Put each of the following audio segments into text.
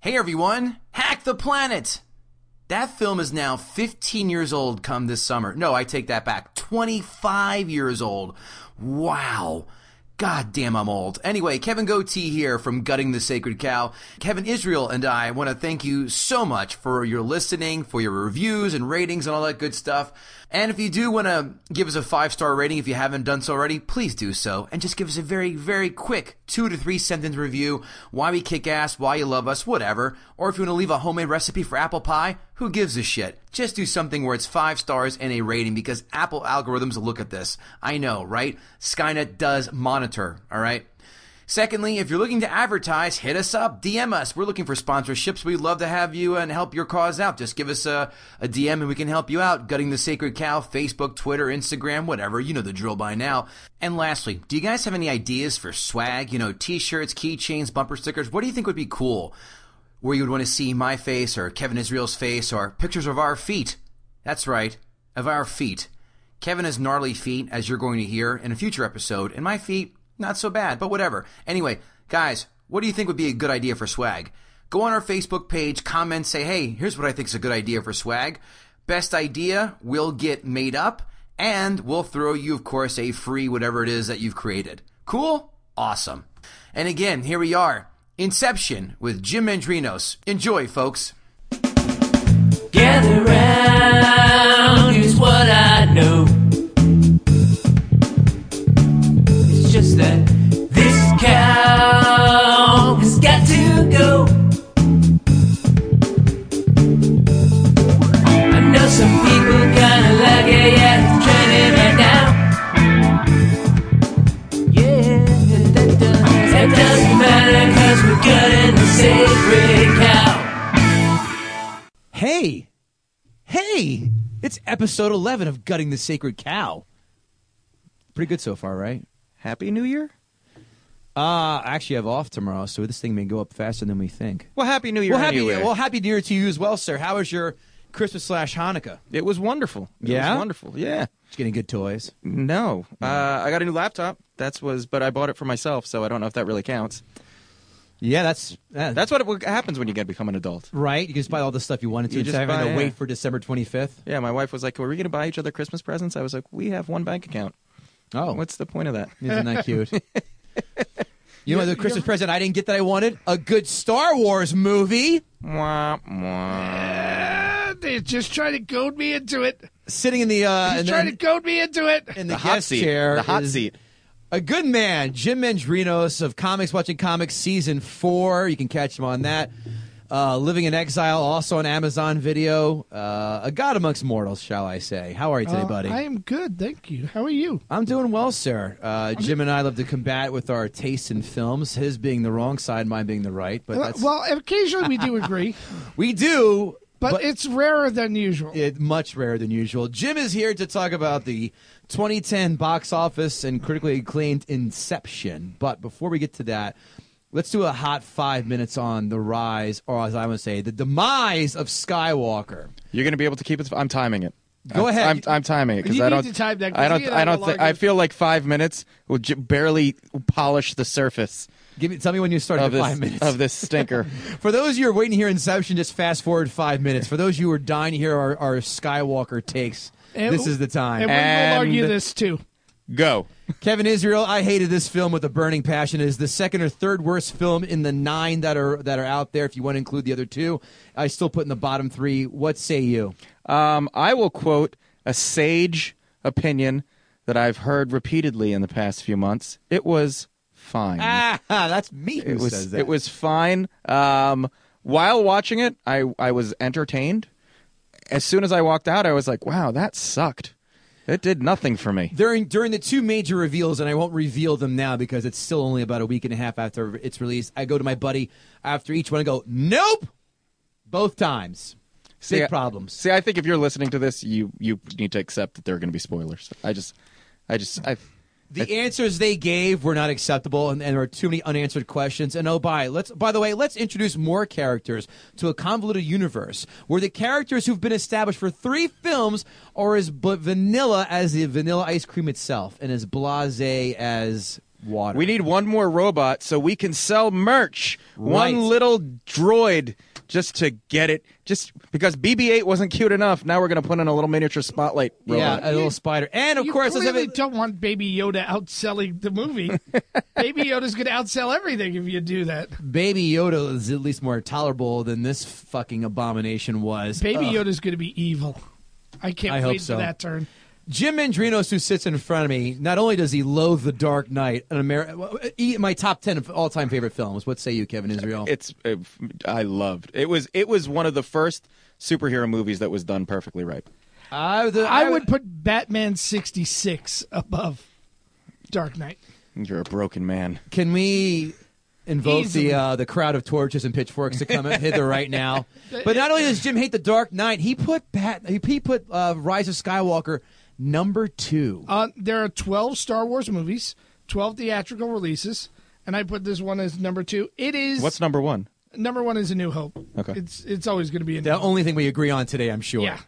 Hey everyone, Hack the Planet! That film is now 15 years old come this summer. No, I take that back. 25 years old. Wow. God damn, I'm old. Anyway, Kevin Goatee here from Gutting the Sacred Cow. Kevin Israel and I want to thank you so much for your listening, for your reviews and ratings and all that good stuff. And if you do want to give us a five star rating, if you haven't done so already, please do so. And just give us a very, very quick two to three sentence review why we kick ass, why you love us, whatever. Or if you want to leave a homemade recipe for apple pie, who gives a shit? Just do something where it's five stars and a rating because Apple algorithms look at this. I know, right? Skynet does monitor, all right? Secondly, if you're looking to advertise, hit us up, DM us. We're looking for sponsorships. We'd love to have you and help your cause out. Just give us a, a DM and we can help you out. Gutting the Sacred Cow, Facebook, Twitter, Instagram, whatever. You know the drill by now. And lastly, do you guys have any ideas for swag? You know, t shirts, keychains, bumper stickers? What do you think would be cool? where you would want to see my face or Kevin Israel's face or pictures of our feet. That's right, of our feet. Kevin has gnarly feet, as you're going to hear in a future episode, and my feet, not so bad, but whatever. Anyway, guys, what do you think would be a good idea for swag? Go on our Facebook page, comment, say, hey, here's what I think is a good idea for swag. Best idea will get made up, and we'll throw you, of course, a free whatever it is that you've created. Cool? Awesome. And again, here we are. Inception with Jim Mandrinos. Enjoy, folks. Gather round, here's what I know. It's just that this cow has got to go. I know some people kinda like it, yeah, it's trending right now. Yeah, that does. That doesn't matter, cause we're gutting the sacred cow. Hey, hey, it's episode 11 of Gutting the Sacred Cow. Pretty good so far, right? Happy New Year? Uh, I actually have off tomorrow, so this thing may go up faster than we think. Well, Happy New Year Well, happy, anyway. well, happy New Year to you as well, sir. How was your Christmas slash Hanukkah? it was wonderful. It Yeah? was wonderful. Yeah. Just getting good toys. No, uh, I got a new laptop. That's was, but I bought it for myself, so I don't know if that really counts. Yeah, that's uh, That's what it- happens when you get become an adult. right. You can just buy all the stuff you wanted to You instead just of having buy- to yeah. wait for December 25th. Yeah, my wife was like, "Are we going to buy each other Christmas presents?" I was like, "We have one bank account. Oh, What's the point of that?" isn't that cute? You know the Christmas present I didn't get that I wanted? A good Star Wars movie. Mwah, mwah. Ah, they're just trying to goad me into it. Sitting in the uh, in He's the- trying to goad me into it. in the, The hot guest seat. chair. The hot is seat. A good man, Jim Mendrinos of Comics Watching Comics Season 4. You can catch him on that. Uh, Living in Exile, also on Amazon Video. Uh, a God amongst mortals, shall I say. How are you today, Uh, buddy? Uh, I am good, thank you. How are you? I'm doing well, sir. Uh, Jim and I love to combat with our tastes in films, his being the wrong side, mine being the right. But that's, Uh, well, occasionally we do agree, we do, but, it's rarer than usual. it much rarer than usual. Jim is here to talk about the 2010 box office and critically acclaimed Inception. But before we get to that, let's do a hot five minutes on the rise, or as I would say, the demise of Skywalker. You're going to be able to keep it. I'm timing it. Go I'm, ahead. I'm, I'm timing it because You I need don't. to time that, 'cause I don't. he and I I don't. will Think, I argue. feel like five minutes will j- barely polish the surface Give me, tell me when you started of at five this minutes. of this stinker. For those of you who are waiting to hear Inception, just fast forward five minutes. For those of you who are dying to hear our, our Skywalker takes, And- this is the time. and we will argue and- this too. Go. Kevin Israel, I hated this film with a burning passion. It is the second or third worst film in the nine that are that are out there. If you want to include the other two, I still put in the bottom three. What say you? Um, I will quote a sage opinion that I've heard repeatedly in the past few months. It was fine. Ah, that's me who it was says that. it was fine. Um, while watching it, I I was entertained. As soon as I walked out, I was like, "Wow, that sucked. It did nothing for me." during during the two major reveals, and I won't reveal them now because it's still only about a week and a half after its release. I go to my buddy after each one. I go, nope, both times. Big I- problems. See, I think if you're listening to this, you you need to accept that there are going to be spoilers. I just, I just, I. The answers they gave were not acceptable, and, and there are too many unanswered questions. And oh, by let's by the way, let's introduce more characters to a convoluted universe where the characters who've been established for three films are as but vanilla as the vanilla ice cream itself, and as blasé as water. We need one more robot so we can sell merch. Right. One little droid just to get it. Just because BB-8 wasn't cute enough, now we're going to put in a little miniature spotlight yeah, uh, robot. a little spider, and of you course, let's have clearly it- don't want Baby Yoda outselling the movie. Baby Yoda's going to outsell everything if you do that. Baby Yoda is at least more tolerable than this fucking abomination was. Baby Ugh. Yoda's going to be evil. I can't I hope wait so. for that turn. Jim Mandrinos, who sits in front of me, not only does he loathe The Dark Knight, an Ameri- my top ten of all-time favorite films. What say you, Kevin Israel? It's uh, I loved. It was it was one of the first superhero movies that was done perfectly right. I, the- I would put Batman 66 above Dark Knight. You're a broken man. Can we invoke Easily. the uh, the crowd of torches and pitchforks to come hither right now? But not only does Jim hate the Dark Knight, he put Bat, he put uh, Rise of Skywalker number two. Uh, there are 12 Star Wars movies, 12 theatrical releases, and I put this one as number two. It is What's number 1? number one is A New Hope. Okay. It's it's always going to be a new the Hope. only thing we agree on today, I'm sure. Yeah.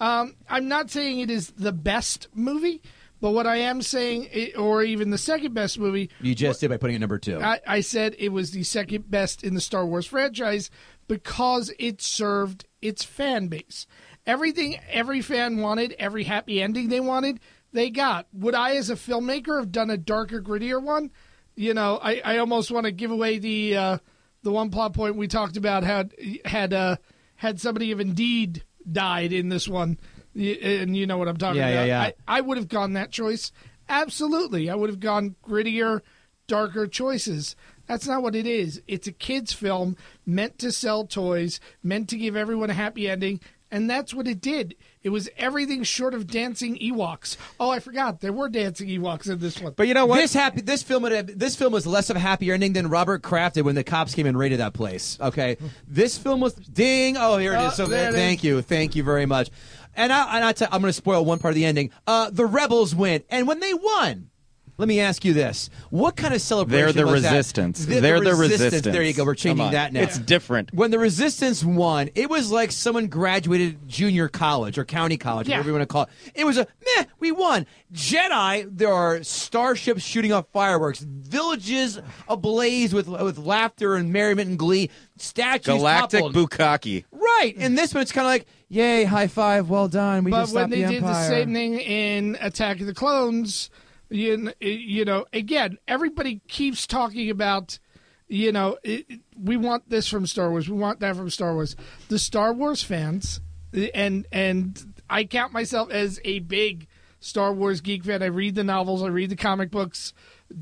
Um, I'm not saying it is the best movie, but what I am saying, i or even the second best movie, You just did by putting it number two. I, I said it was the second best in the Star Wars franchise because it served its fan base. Everything every fan wanted, every happy ending they wanted, they got. Would I, as a filmmaker, have done a darker, grittier one? You know, I, I almost want to give away the uh, the one plot point we talked about had had uh, had somebody have indeed died in this one, Y- and you know what I'm talking Yeah, yeah, about. yeah. I- I would have gone that choice. Absolutely. I would have gone grittier, darker choices. That's not what it is. It's a kids' film meant to sell toys, meant to give everyone a happy ending, and that's what it did. It was everything short of dancing Ewoks. Oh, I forgot there were dancing Ewoks in this one. But you know what? This happy this film would have, this film was less of a happy ending than Robert Kraft did when the cops came and raided that place. Okay, this film was ding. Oh, here it is. Oh, so there it thank is. you, thank you very much. And I, and I t- I'm going to spoil one part of the ending. Uh, the rebels win, and when they won. Let me ask you this: What kind of celebration? They're the was that? resistance. They're the resistance. There you go. We're Come changing on. that now. It's different. When the resistance won, it was like someone graduated junior college or county college, Yeah. whatever you want to call it. It was a meh, we won. Jedi, there are starships shooting off fireworks, villages ablaze with with laughter and merriment and glee, statues Galactic toppled. Bukaki. Right, and this one it's kind of like, yay, high five, well done. We but just when stopped they the did the Empire. same thing in Attack of the Clones, you, kn- you know, again, everybody keeps talking about, you know, it, it- we want this from Star Wars, we want that from Star Wars. The Star Wars fans, and and I count myself as a big Star Wars geek fan. I read the novels, I read the comic books.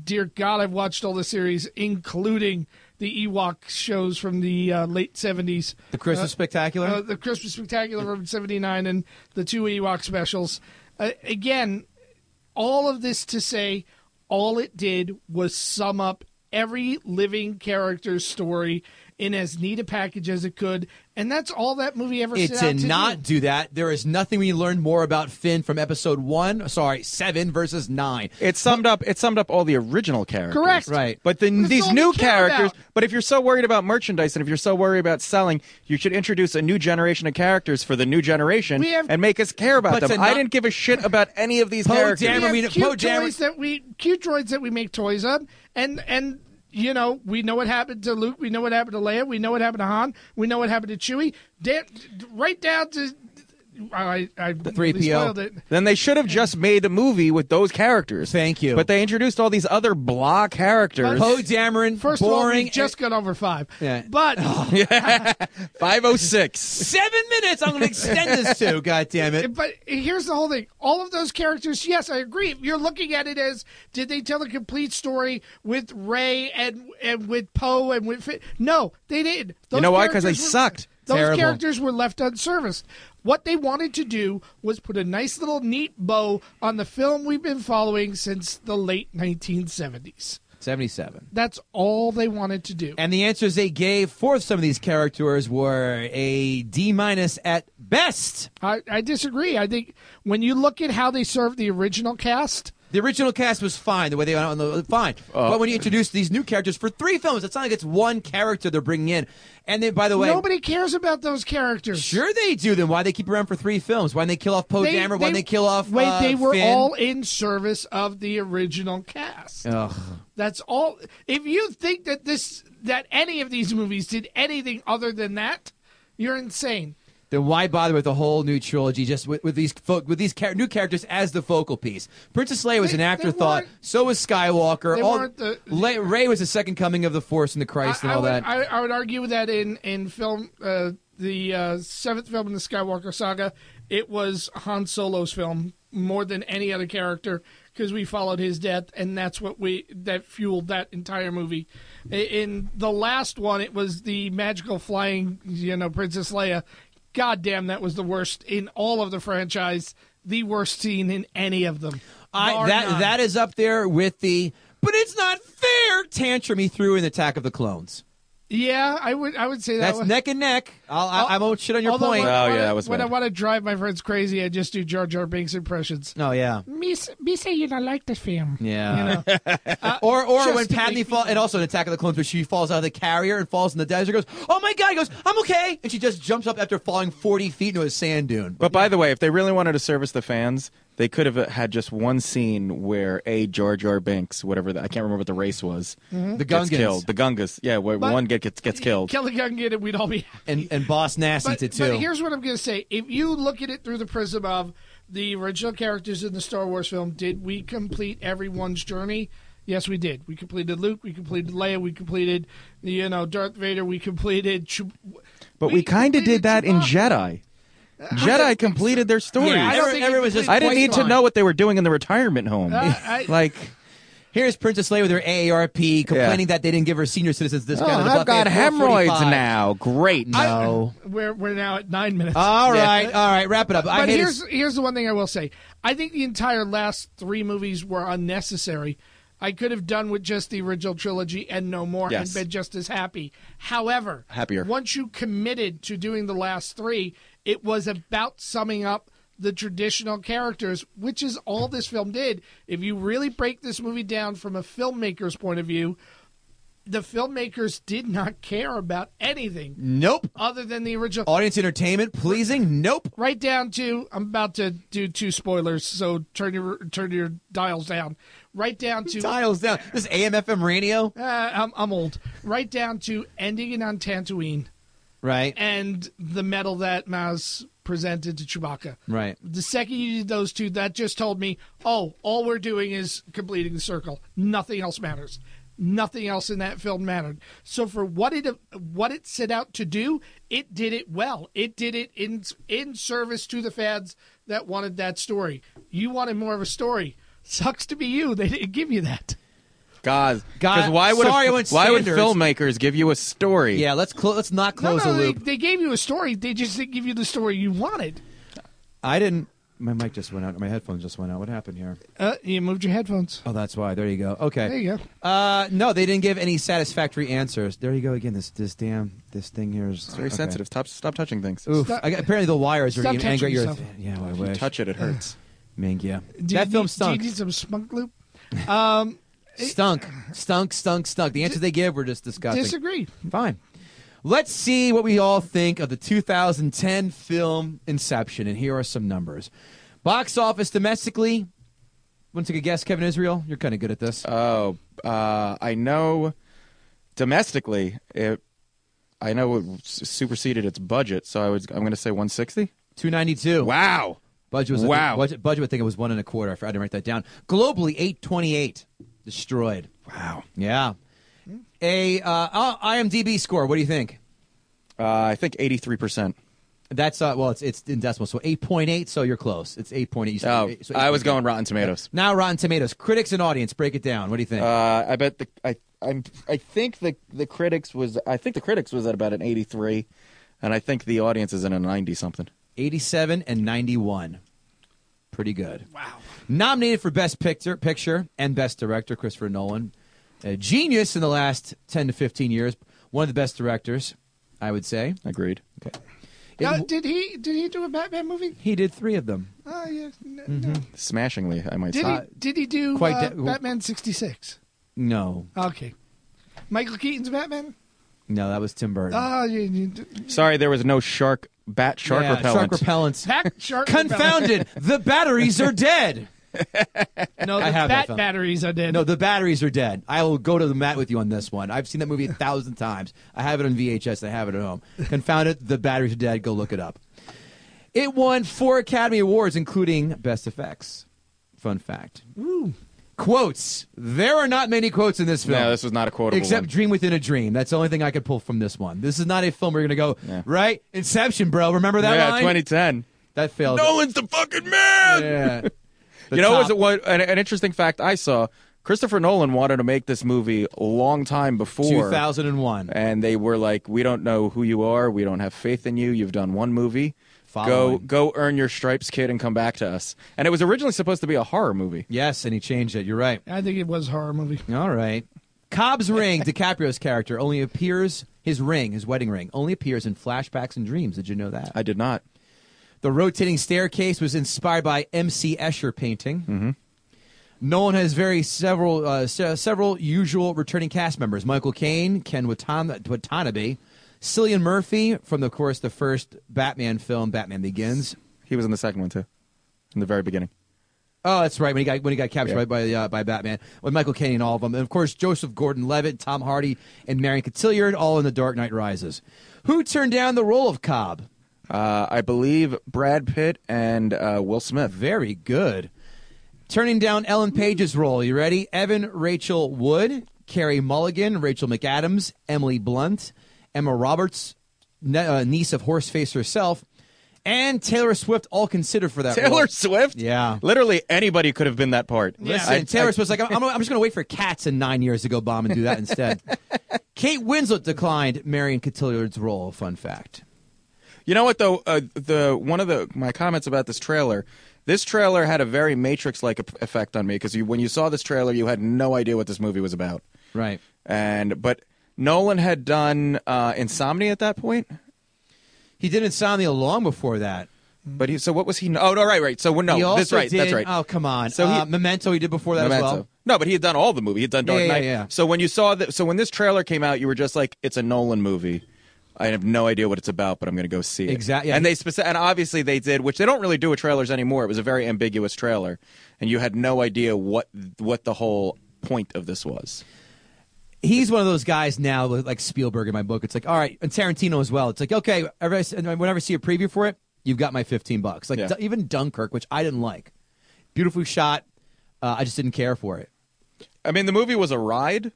Dear God, I've watched all the series, including the Ewok shows from the uh, late seventies. the Christmas spectacular. Uh, the Christmas Spectacular from '79 and the two Ewok specials. Uh, again, all of this to say, all it did was sum up every living character's story in as neat a package as it could, and that's all that movie ever. it set out did to do. not do that. There is nothing we learned more about Finn from episode one. Sorry, seven versus nine. It summed up. It summed up all the original characters. Correct. Right. But then That's these all new we care characters. about. But if you're so worried about merchandise and if you're so worried about selling, you should introduce a new generation of characters for the new generation We have- and make us care about But to them. I not- didn't give a shit about any of these Poe characters. Dameron- We have we know- Poe cute Dameron- toys that we cute droids that we make toys of, and and you know we know what happened to Luke, we know what happened to Leia, we know what happened to Han, we know what happened to Chewie, da- right down to I I the 3PO. It. Then they should have just made a movie with those characters. Thank you. But they introduced all these other blah characters. Poe Dameron, First of all, boring. we just got over five, Yeah. but 506. seven minutes. I'm going to extend this to. God damn it. but here's the whole thing: all of those characters. Yes, I agree. You're looking at it as did they tell a complete story with Ray and and with Poe and with Finn? No, they didn't. Those You know why? 'Cause they characters were- sucked. Those Terrible. characters were left unserviced. What they wanted to do was put a nice little neat bow on the film we've been following since the late 1970s. Seventy-seven. That's all they wanted to do. And the answers they gave for some of these characters were a D minus at best. I, I disagree. I think when you look at how they served the original cast, The original cast was fine the way they went out on the fine, Oh. but when you introduce these new characters for three films, it's not like it's one character they're bringing in. And then, by the way, Nobody cares about those characters. sure they do. Then why they keep around for three films? Why they kill off Poe Dameron? Why they kill off? Wait, uh, they were Finn? all in service of the original cast. Ugh. That's all. If you think that this that any of these movies did anything other than that, you're insane. Then why bother with a whole new trilogy just with, with these fo- with these char- new characters as the focal piece? Princess Leia was They- an they afterthought. weren't- So was Skywalker. They all, weren't the- Le- Ray was the second coming of the Force and the I, Christ and I all would, that. I, I would argue that in in film uh, the uh, seventh film in the Skywalker saga, it was Han Solo's film more than any other character because we followed his death, and that's what we that fueled that entire movie. I- In the last one, it was the magical flying, you know, Princess Leia. God damn, that was the worst in all of the franchise. The worst scene in any of them. I Bar that none. that is up there with the but it's not fair tantrum he threw in Attack of the Clones. yeah, I would I would say that That's was- neck and neck. I'll, I, I won't shit on your Although point. When, I Oh, yeah, wanna- that was when bad. I want to drive my friends crazy, I just do Jar Jar Binks impressions. oh yeah, Me, s- me say you don't like the film. yeah. or or Uh, just when to Padme make me- falls, and also in Attack of the Clones, where she falls out of the carrier and falls in the desert. Goes, oh my god. He goes, I'm okay, and she just jumps up after falling 40 feet into a sand dune. But by the way, if they really wanted to service the fans, they could have had just one scene where a Jar Jar Binks, whatever the, I can't remember what the race was, the gets Gungans killed. The Gungas, yeah, where Mm-hmm. But- one get, gets gets killed. Kill the gun, get it. We'd all be happy. and and Boss Nasty But, to but too. here's what I'm going to say: if you look at it through the prism of the original characters in the Star Wars film, did we complete everyone's journey? Yes, we did. We completed Luke. We completed Leia. We completed, you know, Darth Vader. We completed. Chew- but we, kind of completed did that in Chewbacca. Jedi. Jedi completed their stories. Yeah, I don't I, Every- think everyone's just completed didn't quite need to fine. know what they were doing in the retirement home. Uh, I- like, Here's Princess Leia with her AARP complaining that they didn't give her senior citizens discount. at the Oh, I've buffet got at hemorrhoids 445. now. Great. I- No. We're we're now at nine minutes. All right, all right, wrap it up. I but hate it. here's here's the one thing I will say. I think the entire last three movies were unnecessary. I could have done with just the original trilogy and no more Yes. and been just as happy. However, Happier. once you committed to doing the last three, it was about summing up the traditional characters, which is all this film did. If you really break this movie down from a filmmaker's point of view, the filmmakers did not care about anything Nope. other than the original Audience entertainment pleasing. Nope. right down to I'm about to do two spoilers, so turn your turn your dials down. Right down to uh, Dials down. This is AM/FM radio, I'm, I'm old. Right down to ending it on Tatooine right? and the medal that Maz presented to Chewbacca. Right. The second you did those two, that just told me, oh, all we're doing is completing the circle. Nothing else matters. Nothing else in that film mattered. So for what it what it set out to do, it did it well. It did it in in service to the fans that wanted that story. You wanted more of a story. Sucks to be you. They didn't give you that. God, God, because why would a- sorry I went why would Sanders. filmmakers give you a story? Yeah. Let's clo- let's not No, close no, the they, loop. they gave you a story. They just didn't give you the story you wanted. I didn't. My mic just went out. My headphones just went out. What happened here? Uh, you moved your headphones. Oh, that's why. There you go. Okay. There you go. Uh, no, they didn't give any satisfactory answers. There you go again. This this damn this thing here is Very sensitive. Stop, stop touching things. Oof. Stop- I got- apparently the wires are Stop getting angry at your. touching Yeah, I You wish. touch it, it hurts. Man, yeah. Do that you film need, stunk. Do you need some smunk loop? stunk. Stunk, stunk, stunk. The answers they give were just disgusting. Disagree. Fine. Let's see what we all think of the 2010 film Inception, and here are some numbers. Box office domestically. Want to take a guess, Kevin Israel? You're kind of good at this. Oh, uh, I know. Domestically, it, I know it s- superseded its budget, so I was I'm going to say 160. 292. Wow. Budget was I Wow. think, budget, budget. I think it was one and a quarter. I forgot to write that down. Globally, eight twenty-eight destroyed. Wow. Yeah. A uh, uh, IMDb score. What do you think? Uh, I think 83 percent. That's uh, well, it's it's in decimal, so eight point eight. So you're close. It's eight point eight. Oh, I was going Rotten Tomatoes. now. Rotten Tomatoes, critics and audience, break it down. What do you think? Uh, I bet the I I'm I think the the critics was I think the critics was at about an 83, and I think the audience is in a 90 something. Eighty-seven and ninety-one. Pretty good. Wow. Nominated for best picture, picture and best director, Christopher Nolan, a genius in the last ten to fifteen years. One of the best directors, I would say. Agreed. Okay. Now, did he did he do a Batman movie? He did three of them. Oh yeah. N- no. Smashingly, I might Did say. he did he do Mm, quite uh, de- Batman sixty six? No, Okay. Michael Keaton's Batman? no, that was Tim Burton. Oh, you, you, Sorry, there was no shark, bat shark Yeah, repellent. Shark repellents. that shark Confounded. the batteries are dead. No, the I have that bat film. batteries I did. No, the batteries are dead. I will go to the mat with you on this one. I've seen that movie a thousand times. I have it on VHS. I have it at home. Confound it. The batteries are dead. Go look it up. It won four Academy Awards, including Best Effects. Fun fact. Quotes. There are not many quotes in this film. no, this was not a quotable Except one. Dream Within a Dream. That's the only thing I could pull from this one. This is not a film we're going to go, Yeah. right? Inception, bro. Remember that yeah, line? 2010. That failed. Nolan's the fucking man. Yeah. you know, was top. it what an, an interesting fact I saw? Christopher Nolan wanted to make this movie a long time before, 2001. and they were like, "We don't know who you are. We don't have faith in you. You've done one movie. Following. Go, go, earn your stripes, kid, and come back to us." And it was originally supposed to be a horror movie. Yes, and he changed it. You're right. I think it was a horror movie. All right. Cobb's ring, DiCaprio's character, only appears his ring, his wedding ring, only appears in flashbacks and dreams. Did you know that? I did not. the rotating staircase was inspired by M.C. Escher painting. Mm-hmm. Nolan has very several uh, se- several usual returning cast members: Michael Caine, Ken Watan- Watanabe, Cillian Murphy from, of course, the first Batman film, Batman Begins. He was in the second one too, in the very beginning. Oh, that's right. When he got when he got captured Yeah. by by, uh, by Batman with Michael Caine and all of them, and of course Joseph Gordon-Levitt, Tom Hardy, and Marion Cotillard, all in The Dark Knight Rises. Who turned down the role of Cobb? Uh, I believe Brad Pitt and uh, Will Smith. Very good. Turning down Ellen Page's role. You ready? Evan Rachel Wood, Carrie Mulligan, Rachel McAdams, Emily Blunt, Emma Roberts, ne- uh, niece of Horseface herself, and Taylor Swift, all considered for that role. Taylor Swift. Yeah. Literally anybody could have been that part. Listen, I- Taylor I- Swift's like, I'm, I'm I'm just going to wait for Cats in nine years to go bomb and do that instead. Kate Winslet declined Marion Cotillard's role. Fun fact. You know what though? Uh, the one of the my comments about this trailer. This trailer had a very Matrix-like ep- effect on me because you, when you saw this trailer, you had no idea what this movie was about. Right. And but Nolan had done uh, Insomnia at that point. He did Insomnia long before that. But he, so what was he? Oh no, right, right. So well, he no, also that's right, did, that's right. Oh, come on. So he- uh, Memento he did before that Memento. as well. No, but he had done all the movie. He had done Dark Yeah, yeah, Knight. yeah. So when you saw that, so when this trailer came out, you were just like, "It's a Nolan movie." I have no idea what it's about, but I'm going to go see it. Exact- yeah. And they speci- and obviously they did, which they don't really do with trailers anymore. It was a very ambiguous trailer, and you had no idea what what the whole point of this was. he's one of those guys now, like Spielberg in my book. It's like, all right, and Tarantino as well. It's like, okay, every- whenever I see a preview for it, you've got my 15 bucks. Like Yeah. du- even Dunkirk, which I didn't like, beautifully shot. Uh, I just didn't care for it. I mean, the movie was a ride,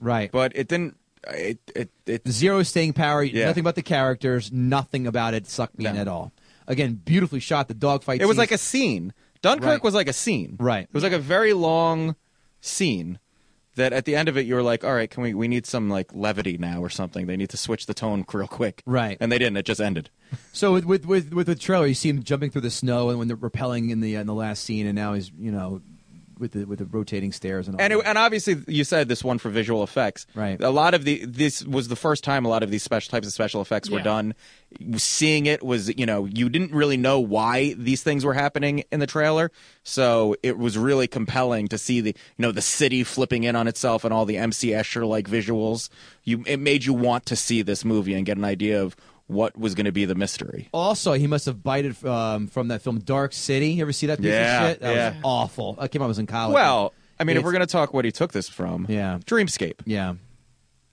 Right. but it didn't. It it, it Zero staying power. Yeah. Nothing about the characters. Nothing about it sucked me in No. at all. Again, beautifully shot. The dogfight. it was scenes- like a scene. Dunkirk Right. was like a scene. Right. It was like a very long scene that at the end of it you were like, all right, can we we need some like levity now or something. They need to switch the tone real quick. Right. And they didn't. It just ended. So with with with, with the trailer, you see him jumping through the snow, and when they're rappelling in the uh, in the last scene, and now he's you know with the with the rotating stairs and all. And it, that. and obviously you said this one for visual effects. Right. A lot of the this was the first time a lot of these special types of special effects were Yeah. done. Seeing it was you know you didn't really know why these things were happening in the trailer, so it was really compelling to see the you know the city flipping in on itself and all the MC Escher like visuals. You it made you want to see this movie and get an idea of what was going to be the mystery. Also, he must have bited um, from that film Dark City. You ever see that piece Yeah, of shit? That yeah. was awful. That came out when I was in college. Well, I mean, if It's- we're going to talk what he took this from, Yeah. Dreamscape yeah.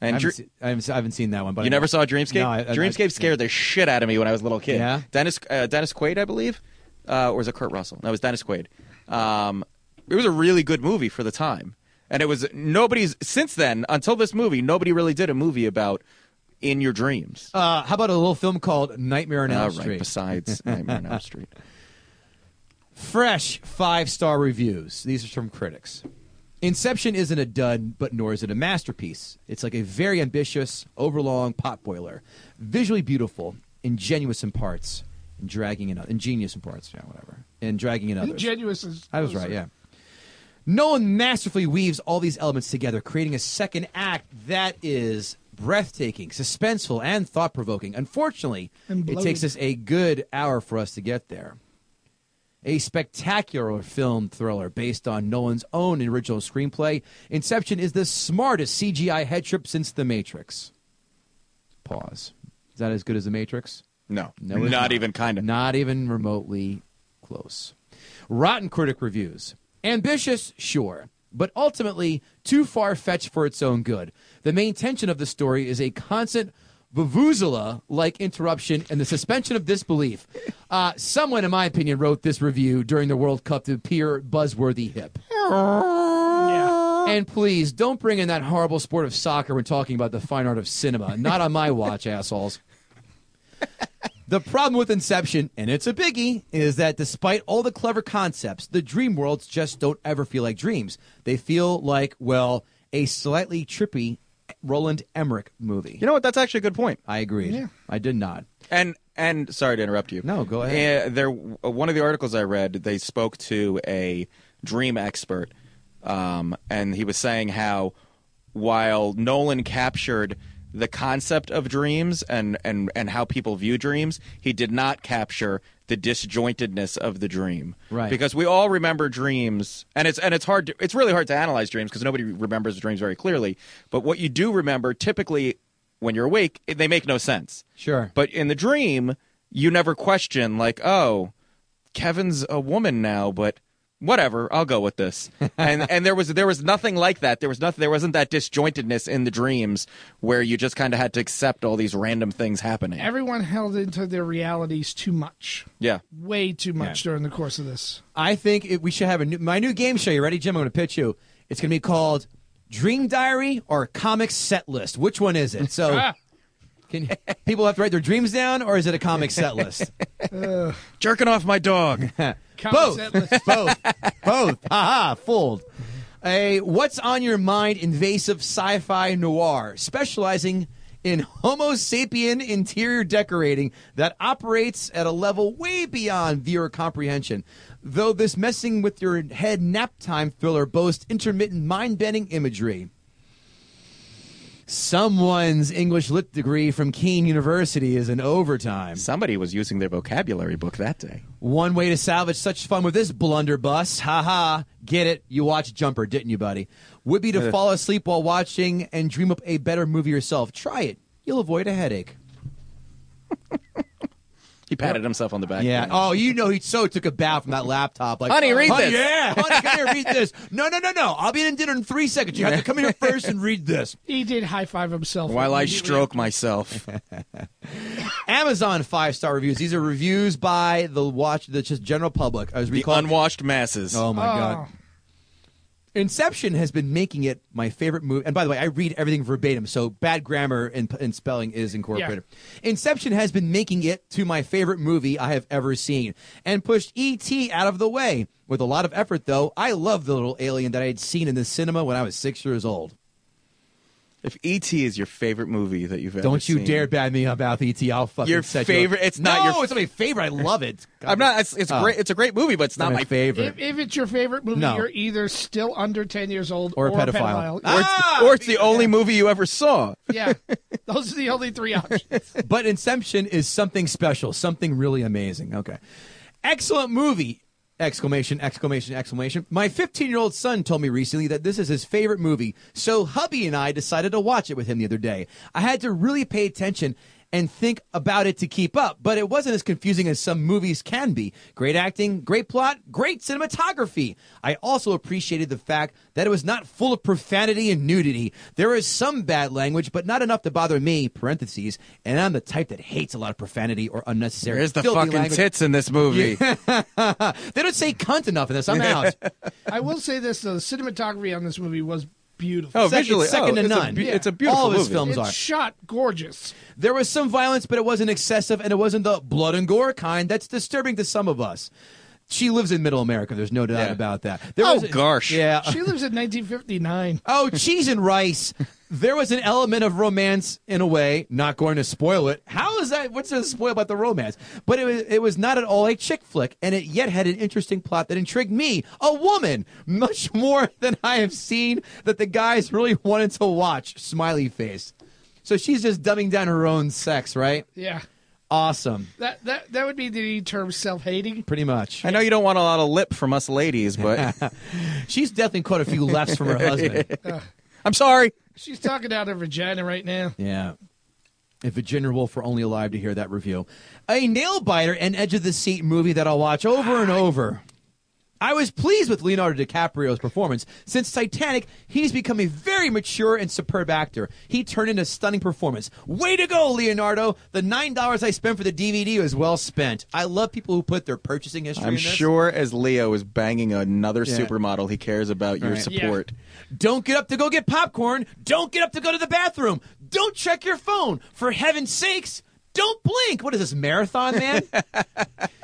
I and haven't, Dr- se- I, haven't, se- I haven't seen that one, but You I never know. saw Dreamscape? No, I- I- Dreamscape scared the shit out of me when I was a little kid. Yeah? Dennis uh, Dennis Quaid, I believe, uh, or was it Kurt Russell? No, it was Dennis Quaid. Um, it was a really good movie for the time, and it was nobody's since then until this movie. Nobody really did a movie about in your dreams. Uh, how about a little film called Nightmare on Uh, Elm right, Street? besides Nightmare on Elm Street. Fresh five star reviews. These are from critics. Inception isn't a dud, but nor is it a masterpiece. It's like a very ambitious, overlong potboiler. Visually beautiful, ingenuous in parts, and dragging in oth- ingenious in parts, yeah, whatever. And dragging in others. Ingenuous is I was right, yeah. Nolan masterfully weaves all these elements together, creating a second act that is breathtaking, suspenseful, and thought provoking. Unfortunately, And it bloated. takes us a good hour for us to get there. A spectacular film thriller based on Nolan's own original screenplay, Inception is the smartest CGI head trip since The Matrix. Pause. Is that as good as The Matrix? No, No, not, it's not. even kind of. Not even remotely close. Rotten critic reviews. Ambitious, sure, but ultimately too far fetched for its own good. The main tension of the story is a constant vuvuzela like interruption and the suspension of disbelief. Uh, someone, in my opinion, wrote this review during the World Cup to appear buzzworthy hip. And please don't bring in that horrible sport of soccer when talking about the fine art of cinema. Not on my watch, assholes. The problem with Inception, and it's a biggie, is that despite all the clever concepts, the dream worlds just don't ever feel like dreams. They feel like, well, a slightly trippy Roland Emmerich movie. You know what? That's actually a good point. I agreed. Yeah. I did not. And and sorry to interrupt you. No, go ahead. Uh, there, one of the articles I read, they spoke to a dream expert, um, and he was saying how while Nolan captured the concept of dreams and and and how people view dreams, he did not capture the disjointedness of the dream. Right. Because we all remember dreams, and it's and it's hard. To, it's really hard to analyze dreams because nobody remembers dreams very clearly. But what you do remember, typically, when you're awake, they make no sense. Sure. But in the dream, you never question like, oh, Kevin's a woman now, but whatever, I'll go with this. and and there was there was nothing like that. There was nothing. There wasn't that disjointedness in the dreams where you just kind of had to accept all these random things happening. Everyone held into their realities too much, yeah. way too much during the course of this. I think it, we should have a new, my new game show. You ready, Jim? I'm going to pitch you. It's going to be called Dream Diary or Comic Set List. Which one is it? Ah. Ah, So, can people have to write their dreams down, or is it a comic set list? Jerking off my dog. Common both, sense, let's- both, both. Aha, fold. A what's on your mind invasive sci-fi noir specializing in Homo sapien interior decorating that operates at a level way beyond viewer comprehension. Though this messing with your head nap time thriller boasts intermittent mind-bending imagery. Someone's English lit degree from Keene University is in overtime. Somebody was using their vocabulary book that day. One way to salvage such fun with this blunderbuss, haha, get it, you watched Jumper, didn't you, buddy? Would be to fall asleep while watching and dream up a better movie yourself. Try it. You'll avoid a headache. He patted himself on the back. Yeah. Oh, you know he so took a bath from that laptop. Like, Honey, read "Honey, this." Yeah, honey, come here, read this. No, no, no, no. I'll be in dinner in three seconds. You have to come here first and read this. He did high five Oh, himself While I stroke myself. Amazon five star reviews. These are reviews by the watch, the just general public. I was the recalling. unwashed masses. Oh Ah. my god. Inception has been making it my favorite movie. And by the way, I read everything verbatim, so bad grammar and, and spelling is incorporated. Inception has been making it to my favorite movie I have ever seen and pushed E.T. out of the way. With a lot of effort, though, I love the little alien that I had seen in the cinema when I was six years old. If E.T. is your favorite movie that you've ever Don't you seen- dare bad me about E.T. I'll fucking Your set favorite- You up. it's not no, your- it's not my favorite. I love it. I'm not. It's, it's a Oh. great. It's a great movie, but it's not my favorite. If, if it's your favorite movie, No. you're either still under 10 years old Or a or, a pedophile. Ah! pedophile. or it's, or it's the only movie you ever saw. Yeah. Those are the only three options. but Inception is something special, something really amazing. Okay. Excellent movie. Exclamation, exclamation, exclamation. My 15 year old son told me recently that this is his favorite movie, so hubby and I decided to watch it with him the other day. I had to really pay attention and think about it to keep up, but it wasn't as confusing as some movies can be. Great acting, great plot, great cinematography. I also appreciated the fact that it was not full of profanity and nudity. There is some bad language, but not enough to bother me, parentheses, and I'm the type that hates a lot of profanity or unnecessary. There's the filthy fucking language. tits in this movie. They don't say cunt enough in this. I'm out. I will say this, though. The cinematography on this movie was beautiful. Oh, Second- visually, second oh, to it's none. A, be- Yeah. It's a beautiful All of his movie. films it's are. shot gorgeous. There was some violence, but it wasn't excessive, and it wasn't the blood and gore kind that's disturbing to some of us. She lives in Middle America. There's no doubt Yeah. about that. There Oh, was gosh. Yeah. She lives in 1959. Oh, cheese and rice. There was an element of romance in a way. Not going to spoil it. How is that? What's to spoil about the romance? But it was it was not at all a chick flick, and it yet had an interesting plot that intrigued me, a woman, much more than I have seen that the guys really wanted to watch. Smiley face. So she's just dumbing down her own sex, right? Yeah. Awesome. That that that would be the term self-hating. Pretty much. I know you don't want a lot of lip from us ladies, but She's definitely caught a few lefts from her husband. I'm sorry. She's talking out her vagina right now. Yeah. If Virginia Woolf were only alive to hear that review. A nail biter and edge of the seat movie that I'll watch over and over. I was pleased with Leonardo DiCaprio's performance. Since Titanic, he's become a very mature and superb actor. He turned in a stunning performance. Way to go, Leonardo! The nine dollars I spent for the DVD was well spent. I love people who put their purchasing history. I'm in this. sure as Leo is banging another Yeah. supermodel, he cares about your Right. Yeah. support. Don't get up to go get popcorn. Don't get up to go to the bathroom. Don't check your phone. For heaven's sakes, don't blink. What is this, marathon, man?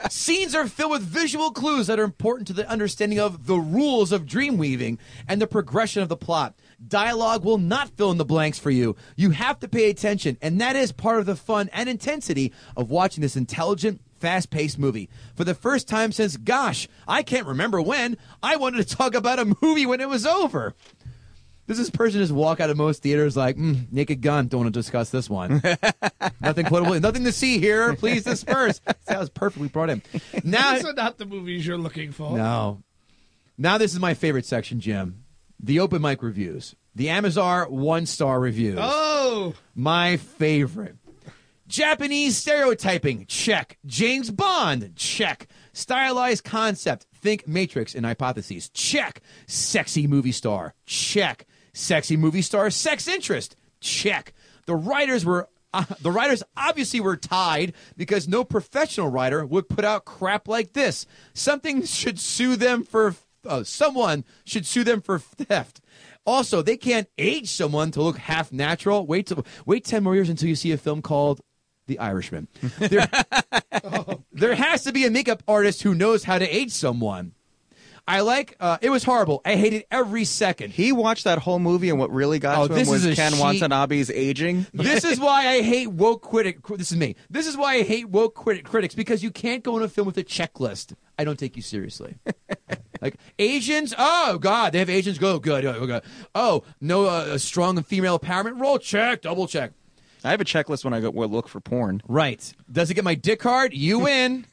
Scenes are filled with visual clues that are important to the understanding of the rules of dream weaving and the progression of the plot. Dialogue will not fill in the blanks for you. You have to pay attention, and that is part of the fun and intensity of watching this intelligent, fast paced movie. For the first time since, gosh, I can't remember when, I wanted to talk about a movie when it was over. Does this person just walk out of most theaters like, mm, naked gun, don't want to discuss this one? nothing quotable, nothing to see here. Please disperse. that was perfect. We brought him. Now, These are not the movies you're looking for. no. Now this is my favorite section, Jim. The open mic reviews. The Amazar one star reviews. Oh, My favorite. Japanese stereotyping, check. James Bond, check. Stylized concept, think Matrix and hypotheses, check. Sexy movie star, check. Sexy movie star, sex interest, check. The writers were. Uh, the writers obviously were tied because no professional writer would put out crap like this. Something should sue them for. Uh, someone should sue them for theft. Also, they can't age someone to look half natural. Wait till wait ten more years until you see a film called The Irishman. There, there has to be a makeup artist who knows how to age someone. I like. Uh, it was horrible. I hated every second. He watched that whole movie, and what really got Oh, to this him was is a Ken she- Watanabe's aging. this is why I hate woke critic. cri- This is me. This is why I hate woke critic critics because you can't go in a film with a checklist. I don't take you seriously. like Asians, oh god, they have Asians. Go good, oh god. Oh no, uh, a strong female empowerment role. Check, double check. I have a checklist when I go well, look for porn. Right. Does it get my dick hard? You win.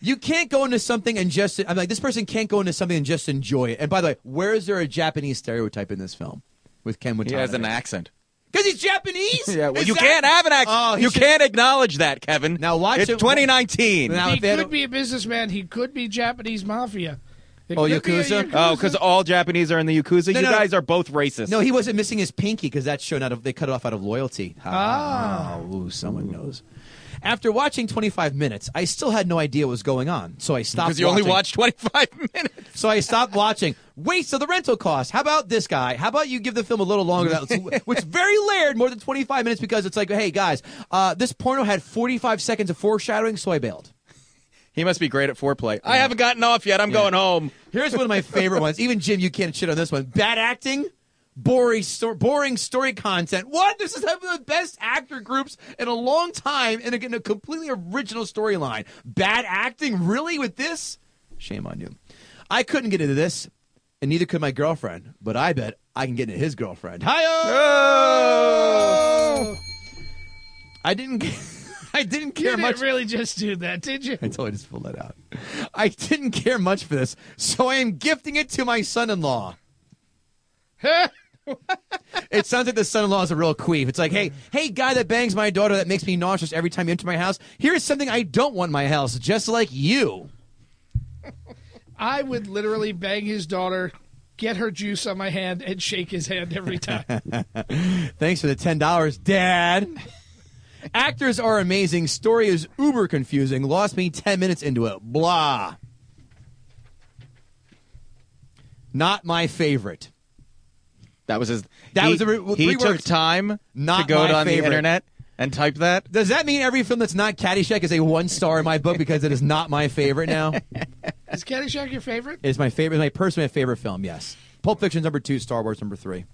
you can't go into something and just. I'm like, this person can't go into something and just enjoy it. And by the way, where is there a Japanese stereotype in this film with Ken Watanabe? He has an accent. Because he's Japanese. Yeah, well, Is you that- can't have an accent. Oh, he you should- can't acknowledge that, Kevin. Now watch it's it- 2019. Now, he if they had could a- be a businessman. He could be Japanese mafia. It Oh, could be a Yakuza? oh, because all Japanese are in the yakuza. No, you no, no. guys are both racist. No, he wasn't missing his pinky because that's shown out of they cut it off out of loyalty. Ah, ooh, someone knows. After watching 25 minutes, I still had no idea what was going on, so I stopped. because you only watching. watched 25 minutes. So I stopped watching. Waste of the rental cost. How about this guy? How about you give the film a little longer? That's- Which is very layered, more than 25 minutes, because it's like, hey, guys, uh, this porno had 45 seconds of foreshadowing, so I bailed. He must be great at foreplay. I haven't gotten off yet. I'm going home. Here's one of my favorite ones. Even Jim, you can't shit on this one. Bad acting, boring, sto- boring story content. What? This is one of the best actor groups in a long time, and again, a completely original storyline. Bad acting, really? With this? Shame on you. I couldn't get into this, and neither could my girlfriend. But I bet I can get into his girlfriend. Hi. I didn't. I didn't You care didn't much. really just do that, did you? I totally just pulled that out. I didn't care much for this, so I am gifting it to my son-in-law. it sounds like the son-in-law is a real queef. It's like, hey, hey, guy that bangs my daughter that makes me nauseous every time you enter my house. Here's something I don't want in my house, just like you. I would literally bang his daughter, get her juice on my hand, and shake his hand every time. Thanks for the ten dollars, Dad. Actors are amazing. Story is uber confusing. Lost me ten minutes into it. Blah. Not my favorite. That was his. That he, was the re- he three took words. time Not to go my to- on the favorite. internet and type that. Does that mean every film that's not Caddyshack is a one star in my book because it is not my favorite now? Is Caddyshack your favorite? It's my favorite, my personal favorite film. Yes, Pulp Fiction's number two, Star Wars number three.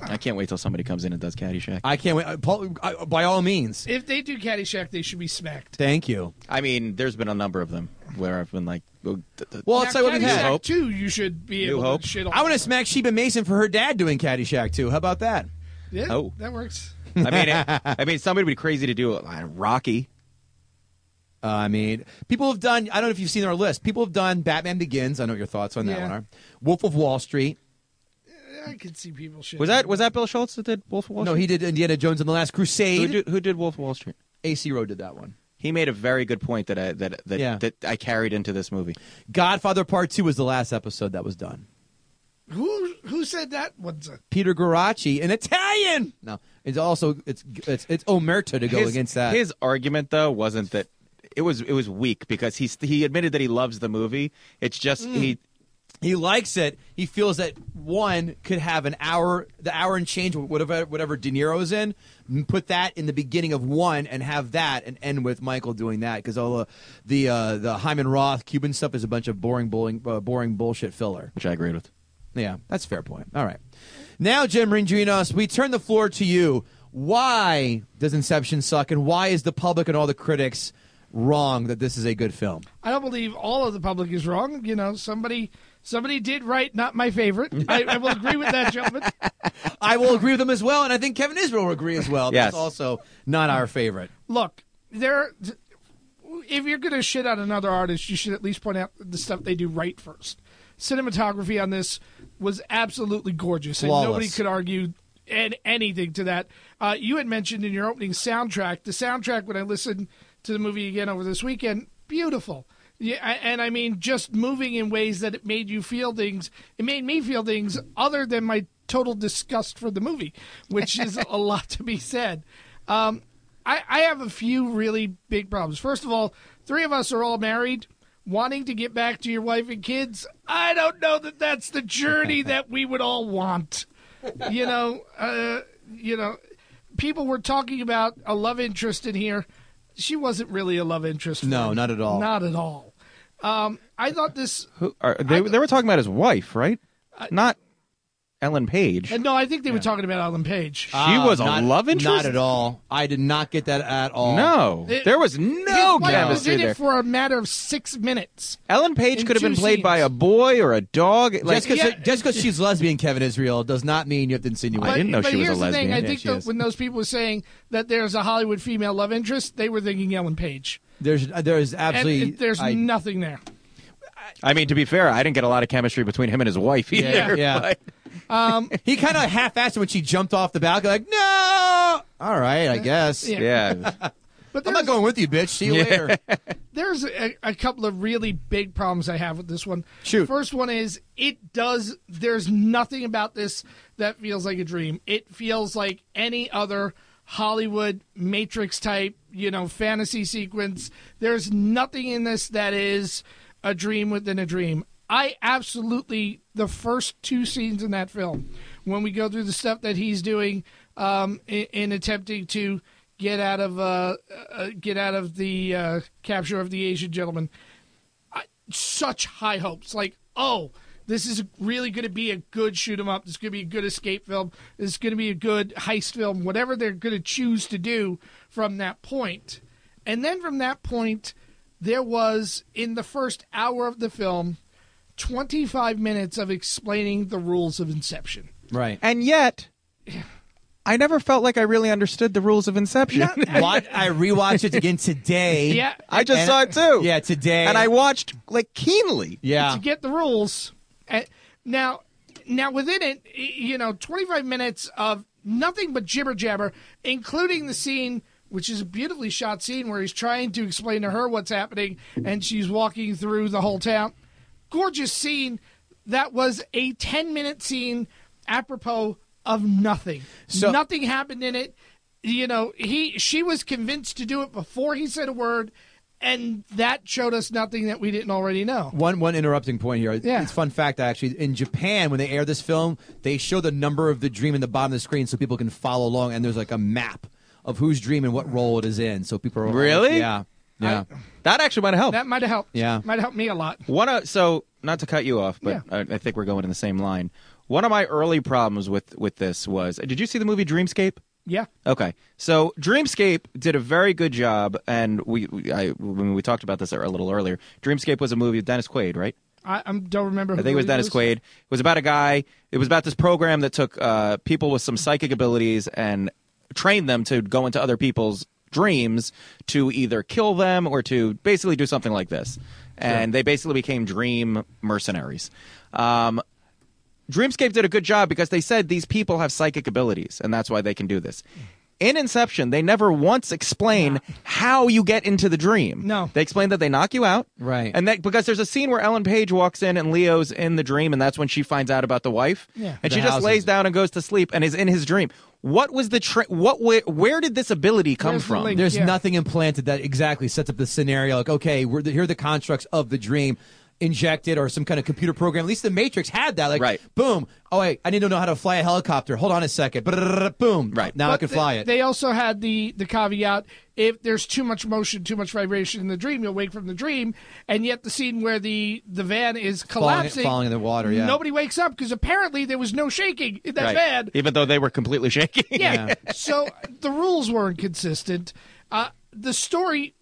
I can't wait till somebody comes in and does Caddyshack. I, I can't wait. uh, Paul, I, by all means, If they do Caddyshack, they should be smacked. thank you. I mean, there's been a number of them where I've been like, oh, d- d- Well, Now, I'll tell you what we Caddyshack had. Two, you should be New able Hope. to shit on. I want to smack Sheba Mason for her dad doing Caddyshack too. How about that? Yeah, Oh. that works. I mean, it, I mean, somebody would be crazy to do it. Like, Rocky. Uh, I mean, people have done. I don't know if you've seen our list. People have done Batman Begins. I know what your thoughts on that Yeah. one are. Wolf of Wall Street. I could see people shit. Was that was that Bill Schultz that did Wolf of Wall No, Street? he did Indiana Jones and the Last who Crusade. did, who did Wolf of Wall Street? AC Road did that one. He made a very good point that I that that, Yeah. that I carried into this movie. Godfather Part Two was the last episode that was done. who who said that? What's a, Peter Garacci, an Italian. No, it's also it's it's it's Omerta to go his, against that. His argument though wasn't that it was it was weak because he's he admitted that he loves the movie. It's just he he likes it. He feels that one could have an hour, the hour and change, whatever whatever De Niro's in, m- put that in the beginning of one and have that and end with Michael doing that because all the the uh, the Hyman Roth Cuban stuff is a bunch of boring boring, uh, boring bullshit filler. which I agreed with. Yeah, that's a fair point. All right. Now, Jim Ringinos, we turn the floor to you. Why does Inception suck, and why is the public and all the critics wrong that this is a good film? I don't believe all of the public is wrong. You know, somebody somebody did write. Not my favorite. I, I will agree with that, gentlemen. I will agree with them as well, and I think Kevin Israel will agree as well. Yes. That's also not our favorite. Look, there. If you're going to shit on another artist, you should at least point out the stuff they do right first. Cinematography on this was absolutely gorgeous, Flawless. and nobody could argue an anything to that. Uh, you had mentioned in your opening soundtrack the soundtrack when I listened to the movie again over this weekend. Beautiful. Yeah, I- and I mean, just moving in ways that it made you feel things. It made me feel things other than my total disgust for the movie, which is a lot to be said. Um, I, I have a few really big problems. First of all, three of us are all married. Wanting to get back to your wife and kids, I don't know that that's the journey that we would all want you know, uh, you know, people were talking about a love interest in here. She wasn't really a love interest. for No, him. not at all. Not at all. Um, I thought this. Who are, they? they were talking about his wife, right? Not Ellen Page. and uh, No, I think they were talking about Alan Page. she was a not- love interest. Not at all. I did not get that at all. No, It- there was no His wife was chemistry in there. it for a matter of six minutes. Ellen Page in could have been two played by scenes. a boy or a dog. Like, Just because Yeah. she's lesbian, Kevin Israel, does not mean you have to insinuate. But, didn't know but she was a here's the lesbian. thing: I Yeah, think she that is. when those people were saying that there's a Hollywood female love interest, they were thinking Ellen Page, There's there's and absolutely it- there's I- nothing there. I mean, to be fair, I didn't get a lot of chemistry between him and his wife either. yeah. but- Um, He kind of half-assed when she jumped off the balcony, like no. All right, I guess. Uh, Yeah. yeah. But I'm there's- not going with you, bitch. See you later. there's a, a couple of really big problems I have with this one. Shoot. First one is it does. There's nothing about this that feels like a dream. It feels like any other Hollywood Matrix type, you know, fantasy sequence. There's nothing in this that is a dream within a dream. I absolutely the first two scenes in that film, when we go through the stuff that he's doing um, in, in attempting to get out of uh, uh, get out of the uh, capture of the Asian gentleman. I, such high hopes, like oh, this is really going to be a good shoot 'em up. This is going to be a good escape film. This is going to be a good heist film. Whatever they're going to choose to do from that point, and then from that point, there was in the first hour of the film. 25 minutes of explaining the rules of Inception. right. And yet, I never felt like I really understood the rules of Inception. Watch, I rewatched it again today. Yeah. I just And- saw it too. Yeah, today. And I watched like keenly. Yeah. to get the rules. And now, now within it, y- you know, 25 minutes of nothing but jibber jabber, including the scene, which is a beautifully shot scene where he's trying to explain to her what's happening, and she's walking through the whole town. Gorgeous scene. That was a 10 minute scene, apropos of nothing. So- nothing happened in it. You know, he she was convinced to do it before he said a word, and that showed us nothing that we didn't already know. One one interrupting point here. Yeah. It's a fun fact actually. In Japan, when they air this film, they show the number of the dream in the bottom of the screen so people can follow along, and there's like a map of whose dream and what role it is in. So people are Really? yeah, yeah. That actually might help. That might have helped. Yeah. might help me a lot. One of, so not to cut you off, but Yeah. I, I think we're going in the same line. One of my early problems with with this was did you see the movie Dreamscape? Yeah, Okay, so Dreamscape did a very good job, and we, we I when we talked about this a little earlier. Dreamscape was a movie with Dennis Quaid, right? I I'm, don't remember. Who I think it was Dennis Quaid. It was about a guy. It was about this program that took uh, people with some psychic abilities and trained them to go into other people's dreams to either kill them or to basically do something like this. And they basically became dream mercenaries. Um, Dreamscape did a good job because they said these people have psychic abilities, and that's why they can do this. In Inception, they never once explain how you get into the dream. No. they explain that they knock you out, Right. And that because there's a scene where Ellen Page walks in and Leo's in the dream, and that's when she finds out about the wife. Yeah. and The she just houses. lays down and goes to sleep and is in his dream. What was the tra- what where, where did this ability come Where's the from? link? There's Yeah. nothing implanted that exactly sets up the scenario. Like, okay, we're the, here are the constructs of the dream injected or some kind of computer program. At least the Matrix had that. Like, Right. boom. Oh, wait, I need to know how to fly a helicopter. Hold on a second. Brrrr, Boom. Right. Now I But can they- fly it. They also had the the caveat: if there's too much motion, too much vibration in the dream, you'll wake from the dream. And yet, the scene where the the van is collapsing, falling in the water, yeah. nobody wakes up because apparently there was no shaking in that Right. van. even though they were completely shaking. Yeah. so the rules weren't consistent. Uh, the story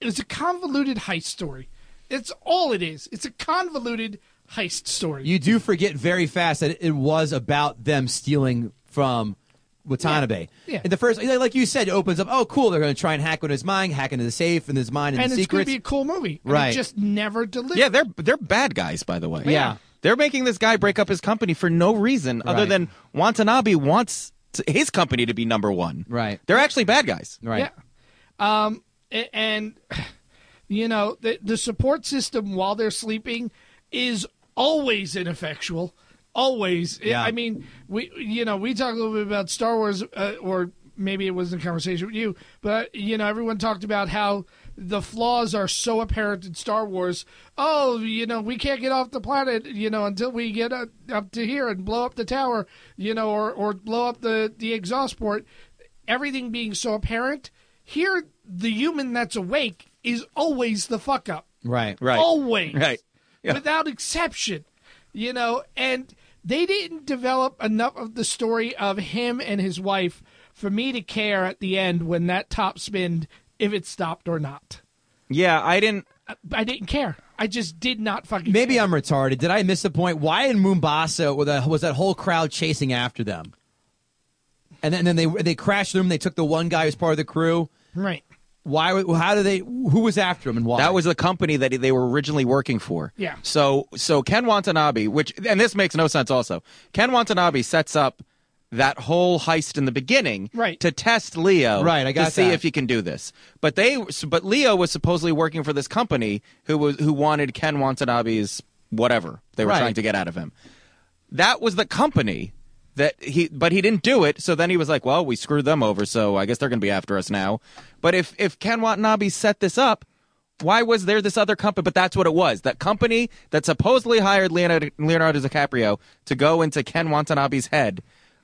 is a convoluted heist story. It's all it is. It's a convoluted heist story. you do forget very fast that it was about them stealing from Watanabe. Yeah. Yeah. And the first, like you said, it opens up. Oh, cool! They're going to try and hack into his mind, hack into the safe and his mind and, and the it's going secrets. to be a cool movie. And Right. It just never delivered. Yeah, they're they're bad guys, by the way. Yeah. They're making this guy break up his company for no reason other Right. than Watanabe wants t- his company to be number one. Right. They're actually bad guys. right. Yeah. Um, a- and you know the the support system while they're sleeping is always ineffectual. Always. I- Yeah. I mean, we you know we talk a little bit about Star Wars, uh, or maybe it was in conversation with you, but you know everyone talked about how the flaws are so apparent in Star Wars. Oh, you know we can't get off the planet, you know, until we get up, up to here and blow up the tower, you know, or or blow up the the exhaust port everything being so apparent, here the human that's awake is always the fuck up. Right. Right. Always. Right. Yeah. Without exception. You know, and they didn't develop enough of the story of him and his wife for me to care at the end when that top spinned if it stopped or not. Yeah, I didn't I, I didn't care. I just did not fucking Maybe care. I'm retarded. Did I miss the point? Why in Mombasa was that, was that whole crowd chasing after them? And then, and then they they crashed the room. They took the one guy who's part of the crew. right. Why? w- How do they? Who was after him and why? That was the company that they were originally working for. Yeah. So so Ken Watanabe, which and this makes no sense also. Ken Watanabe sets up that whole heist in the beginning Right. to test Leo Right, I to got see that. if he can do this. But they but Leo was supposedly working for this company who was who wanted Ken Watanabe's whatever they were Right. trying to get out of him. That was the company that he but he didn't do it, so then he was like, Well, we screwed them over, so I guess they're gonna be after us now. But if if Ken Watanabe set this up, why was there this other company? But that's what it was. That company that supposedly hired Leonardo, Leonardo DiCaprio to go into Ken Watanabe's head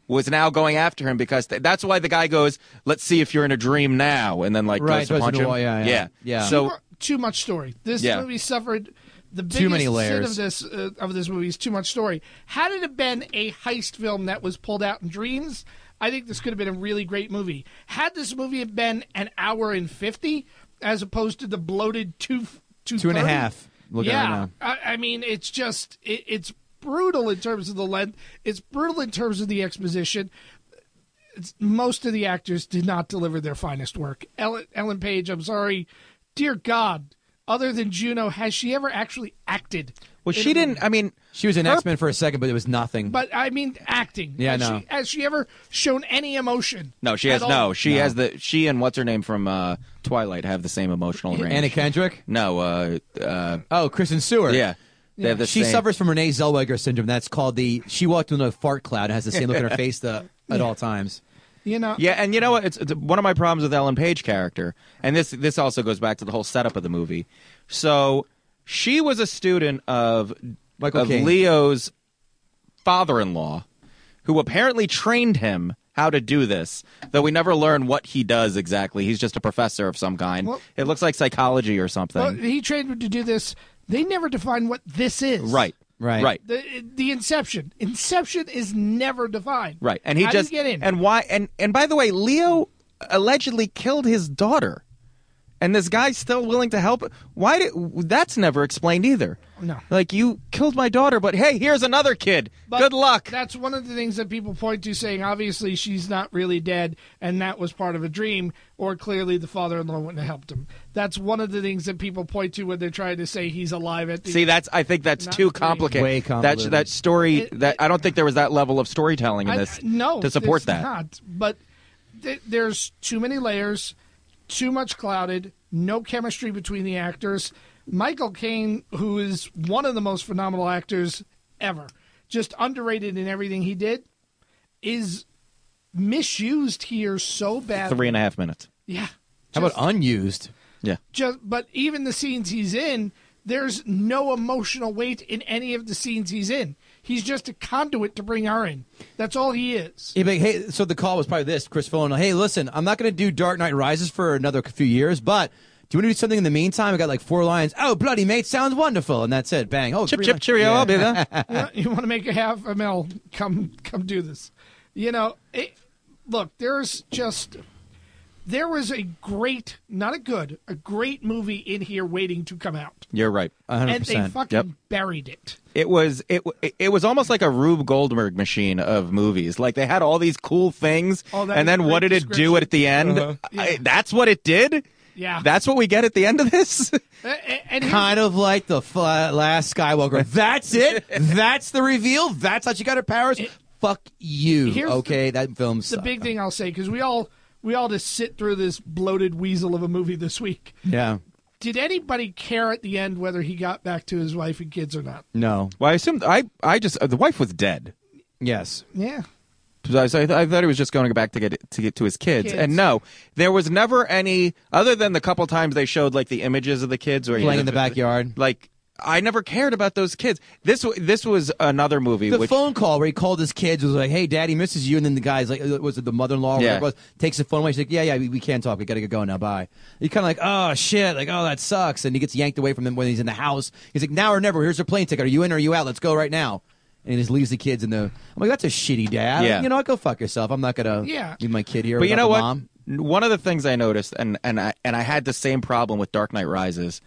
was now going after him because th- that's why the guy goes, "Let's see if you're in a dream now," and then like Right, goes to goes punch into him. the wall, yeah, yeah, yeah. So too much story. This Yeah. movie suffered the biggest Too many sin layers. of this uh, of this movie is too much story. Had it have been a heist film that was pulled out in dreams, I think this could have been a really great movie. Had this movie have been an hour and fifty as opposed to the bloated two two two and a 30, half. Look at it yeah, right now. I, I mean, it's just it, it's brutal in terms of the length. It's brutal in terms of the exposition. It's, most of the actors did not deliver their finest work. Ellen, Ellen Page, I'm sorry, dear God. Other than Juno, has she ever actually acted? well, she didn't. I mean, She was an her- X Men for a second, but it was nothing. But I mean, acting. Yeah, has, no. she, has she ever shown any emotion? No, she at has all? no. She has the she and what's her name from uh, Twilight have the same emotional range. Anna Kendrick. no, uh, uh, Oh, Kristen Stewart. yeah, They have the She same- suffers from Renee Zellweger syndrome. That's called the she walked into a fart cloud and has the same look in her face the, at all times. You know. Yeah, and you know what? It's, it's one of my problems with Ellen Page character, and this this also goes back to the whole setup of the movie. So she was a student of Michael of Caine. Leo's father-in-law, who apparently trained him how to do this. Though we never learn what he does exactly. He's just a professor of some kind. Well- it looks like psychology or something. Well, he trained her to do this. They never define what this is. right. Right. Right. The, the inception. Inception is never defined. Right. And he How do you just get in. and why and and by the way, Leo allegedly killed his daughter and this guy's still willing to help. Why? Did, that's never explained either. No. Like you killed my daughter, but hey, here's another kid. But Good luck. That's one of the things that people point to, saying obviously she's not really dead, and that was part of a dream, or clearly the father-in-law wouldn't have helped him. That's one of the things that people point to when they're trying to say he's alive at the See, that's I think that's Not too pretty. complicated. Way complicated. That that story It- that I don't think there was that level of storytelling in I- this. I- no, to support it's that. Not, but th- there's too many layers, too much clouded, no chemistry between the actors. Michael Caine, who is one of the most phenomenal actors ever, just underrated in everything he did, is misused here so bad. Three and a half minutes. Yeah. How about unused? Yeah. just but even the scenes he's in there's no emotional weight in any of the scenes he's in he's just a conduit to bring her in that's all he is He'd be like, hey, so the call was probably this. Chris Fulham, hey, listen, I'm not going to do Dark Knight Rises for another few years, but do you want to do something in the meantime? I got like four lines. Oh, bloody mate, sounds wonderful. And that's it. Bang. Oh, Chip three chip lines. cheerio. I'll be there. you, know, you want to make a half a mil come come do this you know it, look there's just there was a great not a good a great movie in here waiting to come out You're right. and they 100%. fucking Yep. buried it It was it w- it was almost like a Rube Goldberg machine of movies. Like they had all these cool things, Oh, that'd and be a then what great did it do description. Uh-huh. at the end? I- that's what it did. Yeah. that's what we get at the end of this. A- a- and here's- Kind of like the fla- last Skywalker. That's it. That's the reveal. That's how she got her powers. Fuck you. Here's Okay, that film the sucked. big thing i'll say because we all we all just sit through this bloated weasel of a movie this week yeah. did anybody care at the end whether he got back to his wife and kids or not? No. well, I assumed I I just uh, the wife was dead. Yes. Yeah. So I, so I th- I thought he was just going back to get to get to his kids. Kids. and no, there was never any other than the couple times they showed like the images of the kids where he- Playing in the backyard. Like I never cared about those kids. This w- this was another movie. The which, phone call where he called his kids was like, "Hey, daddy misses you," and then the guy's like, uh, "Was it the mother-in-law?" Or Yeah. whatever it was, takes the phone away. She's like, "Yeah, yeah, we, we can't talk. We gotta get going now. Bye." You're kind of like, "Oh shit!" Like, "Oh, that sucks." And he gets yanked away from him when he's in the house. He's like, "Now or never. Here's your plane ticket. Are you in or are you out? Let's go right now." And he just leaves the kids in the. I'm like, "That's a shitty dad." Yeah. You know, what? go fuck yourself. I'm not gonna Yeah. leave my kid here. But you without know the what? Mom. One of the things I noticed, and and I and I had the same problem with Dark Knight Rises.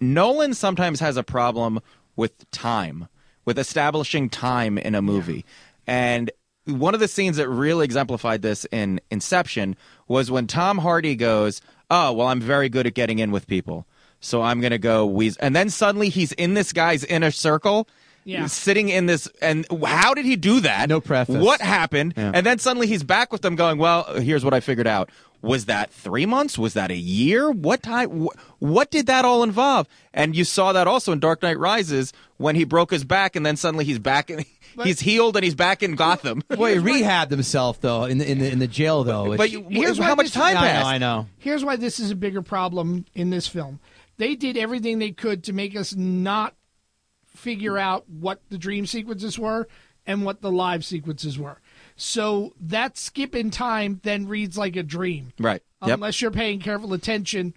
Nolan sometimes has a problem with time, with establishing time in a movie, and one of the scenes that really exemplified this in Inception was when Tom Hardy goes, "Oh, well, I'm very good at getting in with people." So I'm gonna go wheeze, and then suddenly he's in this guy's inner circle, Yeah. sitting in this. And how did he do that? No preface. What happened? Yeah. And then suddenly he's back with them going, well, here's what I figured out. Was that three months? Was that a year? What time? Wh- what did that all involve? And you saw that also in Dark Knight Rises when he broke his back and then suddenly he's back in, he's healed and he's back in Gotham. Well, he rehabbed himself though in the in the in the jail though. but It's- you, Here's how why much this- time I know, passed? I know. Here's why this is a bigger problem in this film. They did everything they could to make us not figure out what the dream sequences were and what the live sequences were. So that skip in time then reads like a dream. Right. Yep. Unless you're paying careful attention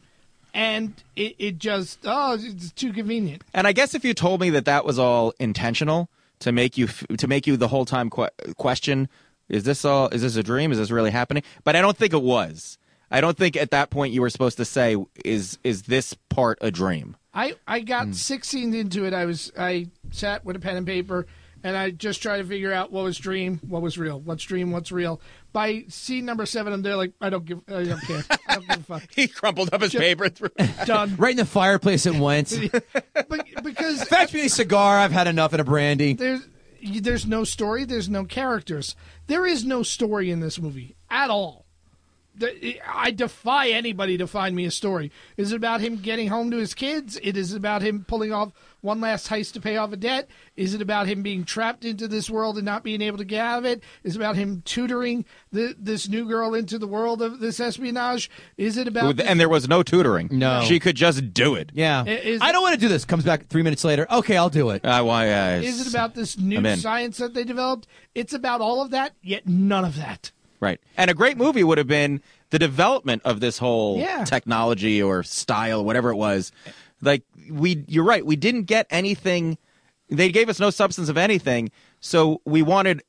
and it, it just, oh, it's too convenient. And I guess if you told me that that was all intentional to make you f- to make you the whole time que- question, is this all? Is this a dream? Is this really happening? But I don't think it was. I don't think at that point you were supposed to say, is is this part a dream? I I got six scenes into it. I was I sat with a pen and paper, and I just tried to figure out what was dream, what was real, what's dream, what's real. By scene number seven, I'm there like I don't give, I don't care, I don't give a fuck. He crumpled up his paper. Through. Done. right in the fireplace it went. But, because Fetch me a cigar. I've had enough and a brandy. there's there's no story, there's no characters, there is no story in this movie at all. The- I defy anybody to find me a story. Is it about him getting home to his kids? It is about him pulling off one last heist to pay off a debt. Is it about him being trapped into this world and not being able to get out of it? Is it about him tutoring the, this new girl into the world of this espionage? Is it about this- And there was no tutoring. No. she could just do it. Yeah. It is- I don't want to do this. Comes back three minutes later. Okay, I'll do it. Uh, why? Uh, is it about this new I'm in. science that they developed? It's about all of that, yet none of that. Right. And a great movie would have been the development of this whole Yeah. technology or style, whatever it was. Like we you're right, we didn't get anything they gave us no substance of anything, so we wanted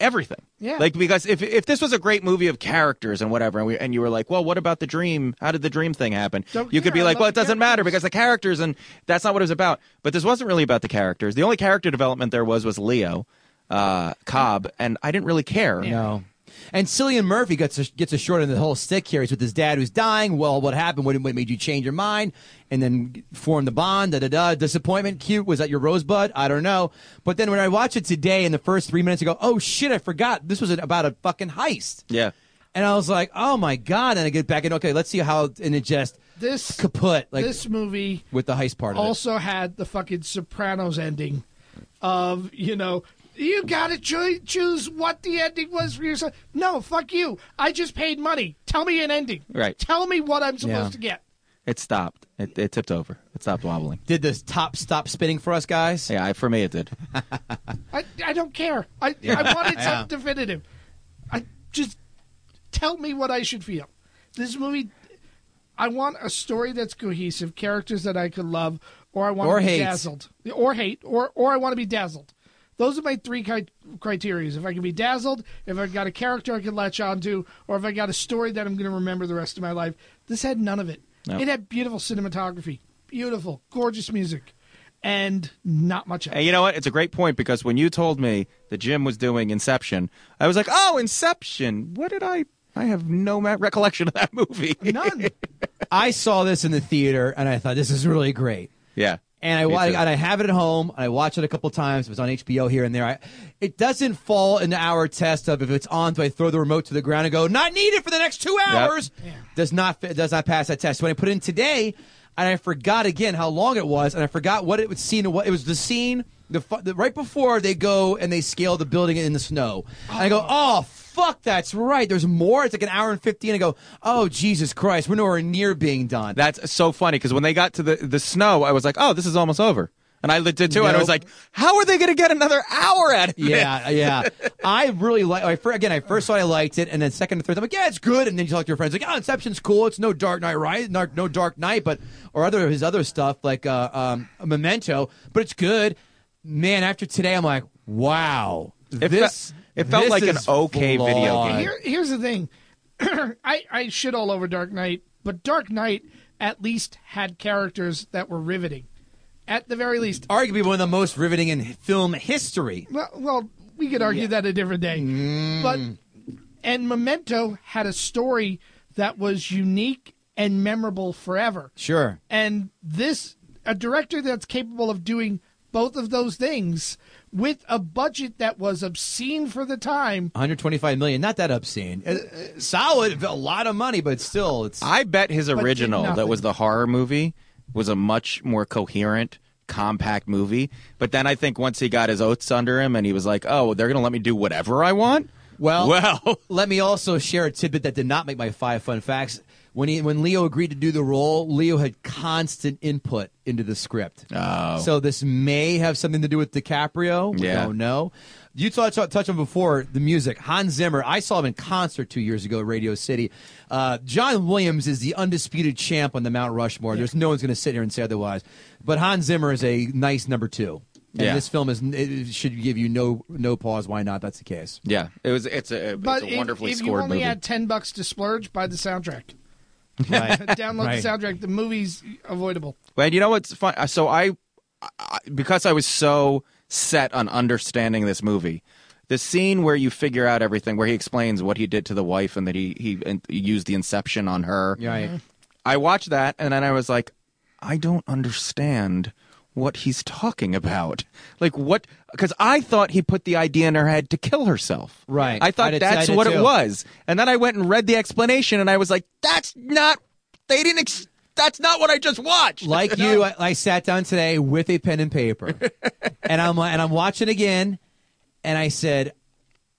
everything. Yeah. Like because if if this was a great movie of characters and whatever, and we and you were like, well, what about the dream? How did the dream thing happen? Don't you could be care. I like, well, love it doesn't matter characters. because the characters, and that's not what it was about. But this wasn't really about the characters. The only character development there was was Leo uh, Cobb, and I didn't really care. No. And Cillian Murphy gets a, gets a short end of the whole stick here. He's with his dad who's dying. Well, what happened? What, what made you change your mind? And then form the bond. Da da da. Disappointment. Cute. Was that your rosebud? I don't know. But then when I watch it today, in the first three minutes, I go, "Oh shit! I forgot this was about a fucking heist." Yeah. And I was like, "Oh my god!" And I get back and okay, let's see how and it just This kaput like this movie with the heist part of it. also had the fucking Sopranos ending of, you know, you gotta cho- choose what the ending was for yourself. No, fuck you. I just paid money. Tell me an ending. Right. Tell me what I'm supposed Yeah. to get. It stopped. It, it tipped over. It stopped wobbling. Did this top stop spinning for us guys? Yeah, I- for me it did. I, I don't care. I, I wanted something definitive. I just tell me what I should feel. This movie, I want a story that's cohesive, characters that I could love, or I want Or to be hate. dazzled, or hate, or or I want to be dazzled. Those are my three cri- criteria. If I can be dazzled, if I've got a character I can latch onto, or if I got a story that I'm going to remember the rest of my life. This had none of it. It had beautiful cinematography, beautiful, gorgeous music, and not much else. And you know what? It's a great point because when you told me that Jim was doing Inception, I was like, "Oh, Inception! What did I? I have no ma- recollection of that movie." None. I saw this in the theater and I thought this is really great. yeah, and I Me wa- too. and I have it at home. And I watch it a couple times. It was on HBO here and there. I, it doesn't fall into our test of if it's on. Do I throw the remote to the ground and go not needed for the next two hours? Does not fit, does not pass that test. When I put in today, and I forgot again how long it was, and I forgot what it was scene. What it was the scene the, fu- the right before they go and they scale the building in the snow. And I go oh. Fuck, that's right. There's more. It's like an hour and 15. I go, oh, Jesus Christ. We're nowhere near being done. that's so funny because when they got to the the snow, I was like, "Oh, this is almost over." And I did too, and I was Nope. like, "How are they going to get another hour at it?" Yeah, yeah. I really like. I fir- again, I first thought I liked it, and then second and third, I'm like, yeah, it's good. And then you talk to your friends, like, oh, Inception's cool. It's no Dark Knight, right? No, no Dark Knight, but or other of his other stuff like uh, um, Memento, but it's good. Man, after today, I'm like, wow, It fe- this. it felt this like an is okay video flawed. game. Here, here's the thing. I, I shit all over Dark Knight, but Dark Knight at least had characters that were riveting. At the very least. Arguably one of the most riveting in film history. Well, well we could argue that a different day. But and Memento had a story that was unique and memorable forever. Sure. And this, a director that's capable of doing both of those things with a budget that was obscene for the time. 125 million, not that obscene. Uh, uh, Solid, a lot of money, but still, it's I bet his did original that nothing. was the horror movie was a much more coherent, compact movie. But then I think once he got his oats under him and he was like, "Oh, they're going to let me do whatever I want." Well, well, let me also share a tidbit that did not make my five fun facts. When he, when Leo agreed to do the role, Leo had constant input into the script. Oh. So this may have something to do with DiCaprio. We Yeah. don't know. You touched touch on before the music. Hans Zimmer. I saw him in concert two years ago at Radio City. Uh, John Williams is the undisputed champ on the Mount Rushmore. There's no one's going to sit here and say otherwise. But Hans Zimmer is a nice number two. And Yeah. this film is it should give you no no pause. Why not? That's the case. Yeah, it was. It's a. But it's a if- wonderfully if, scored you only movie. had ten bucks to splurge, buy the soundtrack. Right. Download Right. the soundtrack. The movie's avoidable. But you know what's fun? uh, So I, I, because I was so set on understanding this movie, the scene where you figure out everything, where he explains what he did to the wife and that he he in- used the inception on her. Right. I watched that and then I was like, I don't understand what he's talking about. Like what? Because I thought he put the idea in her head to kill herself. Right. I I thought did- I that's did what it too. was. And then I went and read the explanation and I was like, that's not. They didn't. Ex- that's not what I just watched. like you, I, I sat down today with a pen and paper, and I'm and I'm watching again, and I said,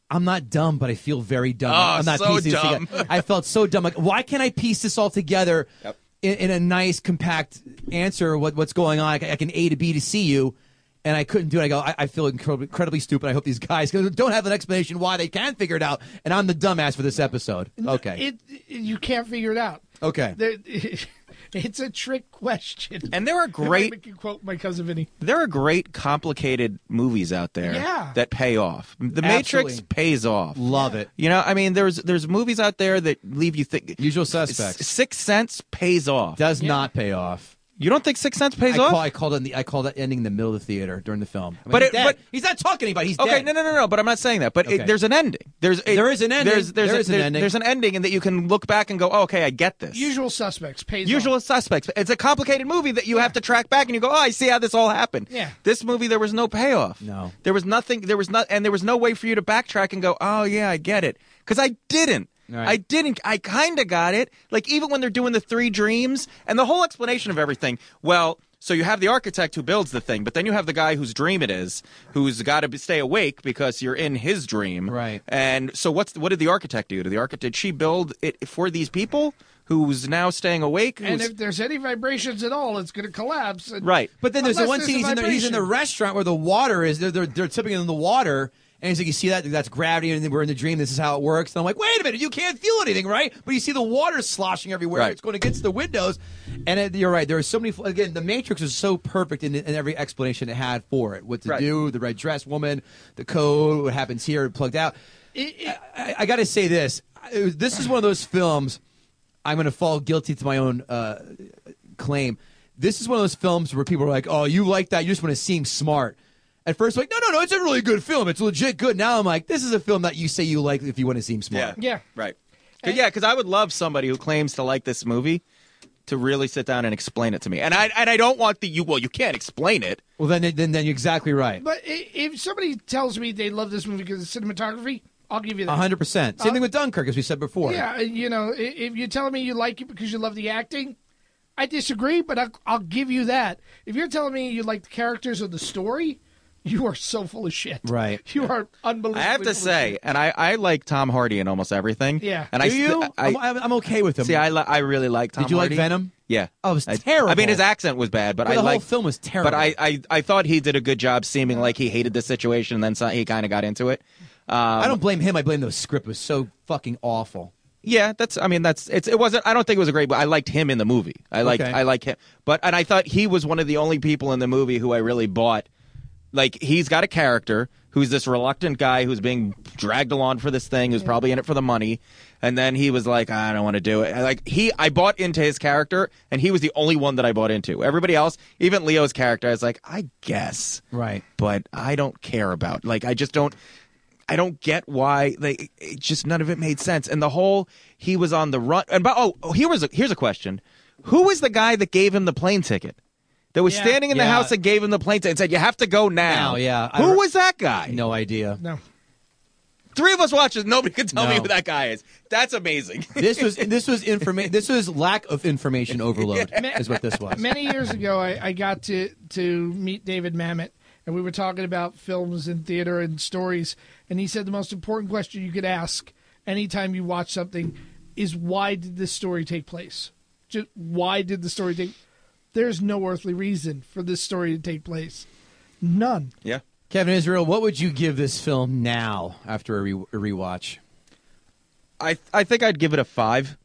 "I'm not dumb, but I feel very dumb. I'm not Oh, so piecing this dumb. together." I felt so dumb. Like, why can't I piece this all together in, in a nice, compact answer? What what's going on? Like, I can A to B to C you. And I couldn't do it. I go. I, I feel incredibly, incredibly stupid. I hope these guys don't have an explanation why they can figure it out. And I'm the dumbass for this episode. Okay. It, it- you can't figure it out. Okay. There, It's a trick question. And there are great I can quote my cousin Vinny. there are great complicated movies out there Yeah. that pay off. The Matrix Absolutely. pays off. Love it. You know, I mean, there's there's movies out there that leave you think. Usual suspects. Six Sense pays off. Does not pay off. You don't think Six Sense I, pays off? call, I called in the I called that ending in the middle of the theater during the film. I'm like, But he's it- dead. but- he's not talking to anybody. He's Okay, dead. no, no, no, no. But I'm not saying that. But Okay. it, there's an ending. There's a, There is an ending. There's, there's There a- is an ending. There's an ending, and that you can look back and go, oh, okay, I get this. Usual suspects pays Usual off. Suspects. It's a complicated movie that you have to track back and you go, oh, I see how this all happened. Yeah. This movie, there was no payoff. No. There was nothing. There was not, and there was no way for you to backtrack and go, oh yeah, I get it, because I didn't. Right. I didn't. I kind of got it. Like even when they're doing the three dreams and the whole explanation of everything. Well. So you have the architect who builds the thing, but then you have the guy whose dream it is, who's got to stay awake because you're in his dream. Right. And so, what's what did the architect do? Did the architect did she build it for these people who's now staying awake? And who's- if there's any vibrations at all, it's going to collapse. And- Right. But then there's the Unless one there's scene a he's in, the, he's in the vibration. restaurant where the water is. They're, they're, they're tipping in the water. And he's like, you see that? That's gravity, and we're in the dream. This is how it works. And I'm like, wait a minute, you can't feel anything, right? But you see the water sloshing everywhere. Right. It's going against the windows. And it, you're right. There are so many. Again, the Matrix is so perfect in, in every explanation it had for it. What to Right. do, the red dress woman, the code, what happens here, plugged out. I, I got to say this. It was- this is one of those films. I'm going to fall guilty to my own uh, claim. This is one of those films where people are like, "Oh, you like that? You just want to seem smart." At first, like, "No, no, no, it's a really good film. It's legit good." Now I'm like, "This is a film that you say you like if you want to seem smart." Yeah. Right. 'Cause- yeah, because I would love somebody who claims to like this movie to really sit down and explain it to me. And I and I don't want the you well, you can't explain it. Well, then, then, then you're exactly right. But i- if somebody tells me they love this movie because of cinematography, I'll give you that. 100. percent Same thing with Dunkirk, as we said before. Yeah, you know, i- if you're telling me you like it because you love the acting, I disagree, but I'll, I'll give you that. If you're telling me you like the characters or the story, you are so full of shit. Right. You are unbelievable. I have to say, and I, I like Tom Hardy in almost everything. Yeah. And I Do you? st- I, I'm, I'm- I'm okay with him. see I um, li- I really like Tom Did you like Hardy. Venom? Yeah. Oh, it was I- I terrible. mean his accent was bad, but Well, I the whole liked- film was terrible. But I, I, I thought he did a good job seeming like he hated the situation and then so- he kinda got into it. Um, I don't blame him. I blame the script. It was so fucking awful. Yeah, that's. I mean, that's. It's. It wasn't. I don't think it was a great. But I liked him in the movie. I liked. Okay. I like him. But and I thought he was one of the only people in the movie who I really bought. Like he's got a character who's this reluctant guy who's being dragged along for this thing who's probably in it for the money, and then he was like, I don't want to do it. And, Like he, I bought into his character, and he was the only one that I bought into. Everybody else, even Leo's character, I was like, I guess Right. but I don't care about. Like I just don't I don't get why they it just none of it made sense. And the whole he was on the run and but oh, oh, here was a here's a question. Who was the guy that gave him the plane ticket? That was Yeah. standing in the Yeah. house and gave him the plane ticket and said, You have to go now. Now, yeah. I Who re- was that guy? No idea. No. Three of us watches, nobody could tell me No. who that guy is. That's amazing. This was this was information. This was lack of information overload. Is what this was. Many years ago, I, I got to, to meet David Mamet, and we were talking about films and theater and stories. And he said the most important question you could ask anytime you watch something is why did this story take place? Just why did the story take? There's no earthly reason for this story to take place. None. yeah. Kevin Israel, what would you give this film now after a, re- a rewatch? I I think I'd give it a five.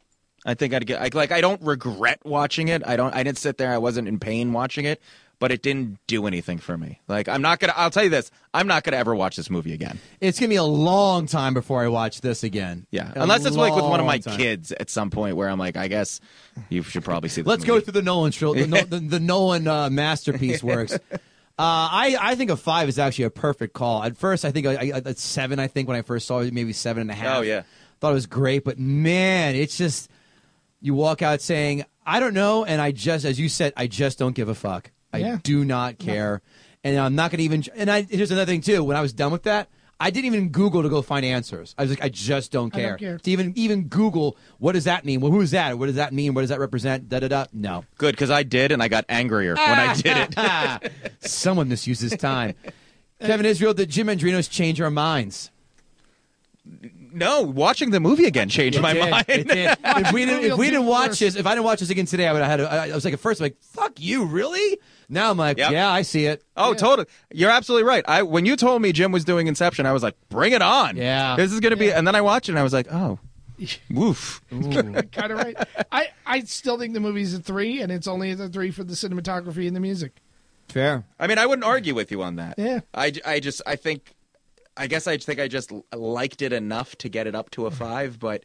I think I'd get I, like I don't regret watching it. I don't. I didn't sit there. I wasn't in pain watching it, but it didn't do anything for me. Like I'm not gonna. I'll tell you this. I'm not gonna ever watch this movie again. It's gonna be a long time before I watch this again. Yeah, A unless it's like with one of my long time. kids at some point where I'm like, I guess you should probably see. This Let's go movie. through the Nolan tril- the, Nol- the, the Nolan uh, masterpiece works. Uh, I I think a five is actually a perfect call. At first, I think I, I, a seven. I think when I first saw it, maybe seven and a half. Oh, yeah. thought it was great, but man, it's just you walk out saying I don't know, and I just as you said, I just don't give a fuck. I Yeah. do not care, and I'm not gonna even. And I here's another thing too. When I was done with that. I didn't even Google to go find answers. I was like, I just don't I care. don't care. To even even Google, what does that mean? Well, who's that? What does that mean? What does that represent? Da da da. No. Good because I did, and I got angrier when I did it. Someone misuses time. Kevin Israel, did Jim Andrinos change our minds? No, watching the movie again changed my It did. mind. It did. If we didn't, if we didn't watch Worse. this, if I didn't watch this again today, I would have had. A, I I was like at first, I'm like, "Fuck you, really?" Now I'm like, Yep. "Yeah, I see it." Oh, totally. You're absolutely right. I when you told me Jim was doing Inception, I was like, "Bring it on!" Yeah. this is gonna be. And then I watched it, and I was like, "Oh, Woof. kind of right. I, I still think the movie's a three, and it's only a three for the cinematography and the music. Fair. I mean, I wouldn't argue with you on that. Yeah. I, j- I just, I think, I guess I think I just l- liked it enough to get it up to a five, but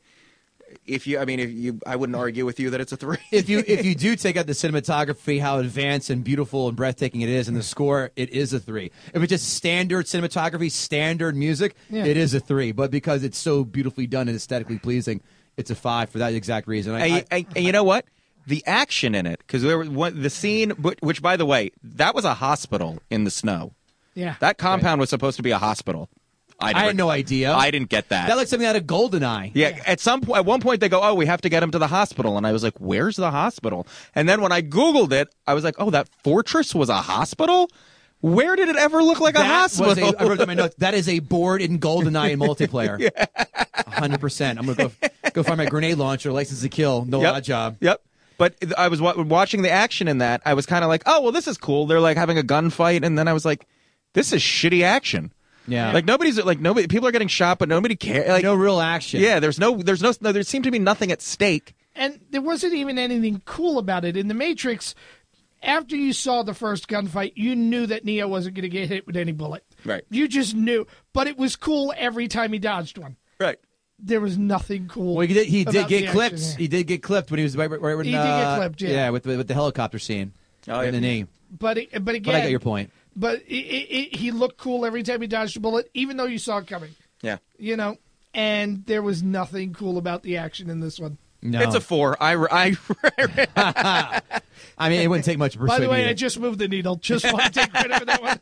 if you, I mean, if you, I wouldn't argue with you that it's a three. If you if you do take out the cinematography, how advanced and beautiful and breathtaking it is, and the score, it is a three. If it's just standard cinematography, standard music, Yeah. it is a three. But because it's so beautifully done and aesthetically pleasing, it's a five for that exact reason. I, and, I- and- and you know what? The action in it, because there was one, the scene, but- which by the way, that was a hospital in the snow. Yeah. That compound was supposed to be a hospital. I, I had no idea. I didn't get that. that looks something out of Goldeneye. yeah, at some point, at one point they go, "Oh, we have to get him to the hospital," and I was like, "Where's the hospital?" And then when I googled it, I was like, "Oh, that fortress was a hospital. Where did it ever look like a That was hospital?" a- I wrote down my notes. That is a board in Goldeneye in multiplayer. hundred percent. I'm gonna go go find my grenade launcher, license to kill, no Yep. odd job. Yep. But I was wa- watching the action in that. I was kind of like, oh well, this is cool. They're like having a gunfight, and then I was like, this is shitty action. Yeah. Like nobody's like nobody. People are getting shot, but nobody cares. Like no real action. yeah, there's no there's no, no there seemed to be nothing at stake. and there wasn't even anything cool about it in the matrix after you saw the first gunfight you knew that neo wasn't going to get hit with any bullet Right. you just knew but it was cool every time he dodged one Right. there was nothing cool Well, he did. He did about the get action, clipped. yeah. He did get clipped when he was right. right when, He did get uh, clipped, yeah. with the, with the helicopter scene. Oh, in yeah. the knee. but it, but again But I get your point. but it, it, it, he looked cool every time he dodged a bullet even though you saw it coming Yeah. you know and there was nothing cool about the action in this one No, It's a four. I, I I mean, it wouldn't take much. by the way, I just moved the needle. Just want to take credit for that one.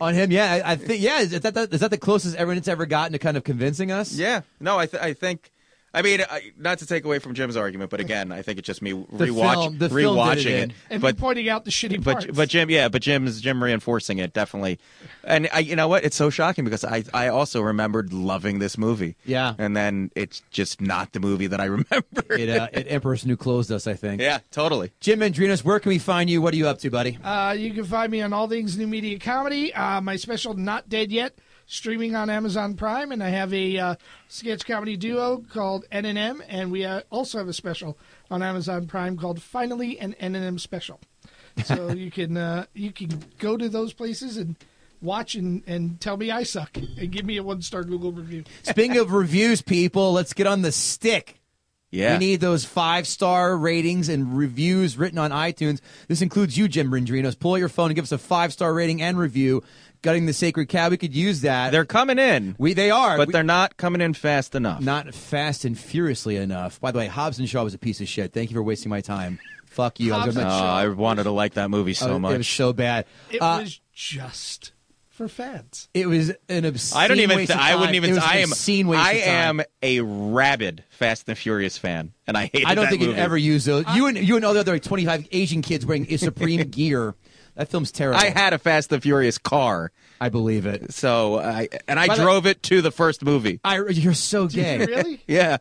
on him, yeah, I, I think, yeah, is that, that is that the closest everyone's ever gotten to kind of convincing us? yeah. No, I th- I think. I mean, I, not to take away from Jim's argument, but again, I think it's just me rewatch, film- the film rewatching did it in. it. And But pointing out the shitty parts. But but Jim, yeah, but Jim's Jim reinforcing it definitely, and I, you know what? It's so shocking because I I also remembered loving this movie. Yeah. and then it's just not the movie that I remember. It, uh, it Empress New Closed Us, I think. yeah, totally. Jim Andrinos, where can we find you? What are you up to, buddy? Uh, you can find me on all things new media comedy. Uh, my special, Not Dead Yet, streaming on Amazon Prime, and I have a uh, sketch comedy duo called N and M, and we uh, also have a special on Amazon Prime called Finally an N and M Special. So you can uh, you can go to those places and watch and, and tell me I suck and give me a one star Google review. Speaking of reviews, people, let's get on the stick. Yeah, We need those five star ratings and reviews written on iTunes. This includes you, Jim Brindrinos. Pull out your phone and give us a five star rating and review. Gutting the sacred cow, we could use that. they're coming in, we they are, but We- they're not coming in fast enough. not fast and furiously enough. By the way, Hobbs and Shaw was a piece of shit. Thank you for wasting my time. Fuck you. I was Hobbs gonna- and Oh, I wanted to like that movie so Oh, much. It was so bad. It Uh, was just for fans. it was an obscene. I don't even. Waste th- of I time. wouldn't It even. was I an am. Obscene waste I of am time. a rabid Fast and Furious fan, and I hate. I don't that think movie. you'd ever use those. you and you and all the other like, twenty five Asian kids wearing Supreme gear. That film's terrible. I had a Fast and Furious car, I believe it. so I and I By the- drove it to the first movie. I, you're so gay. Really? Yeah.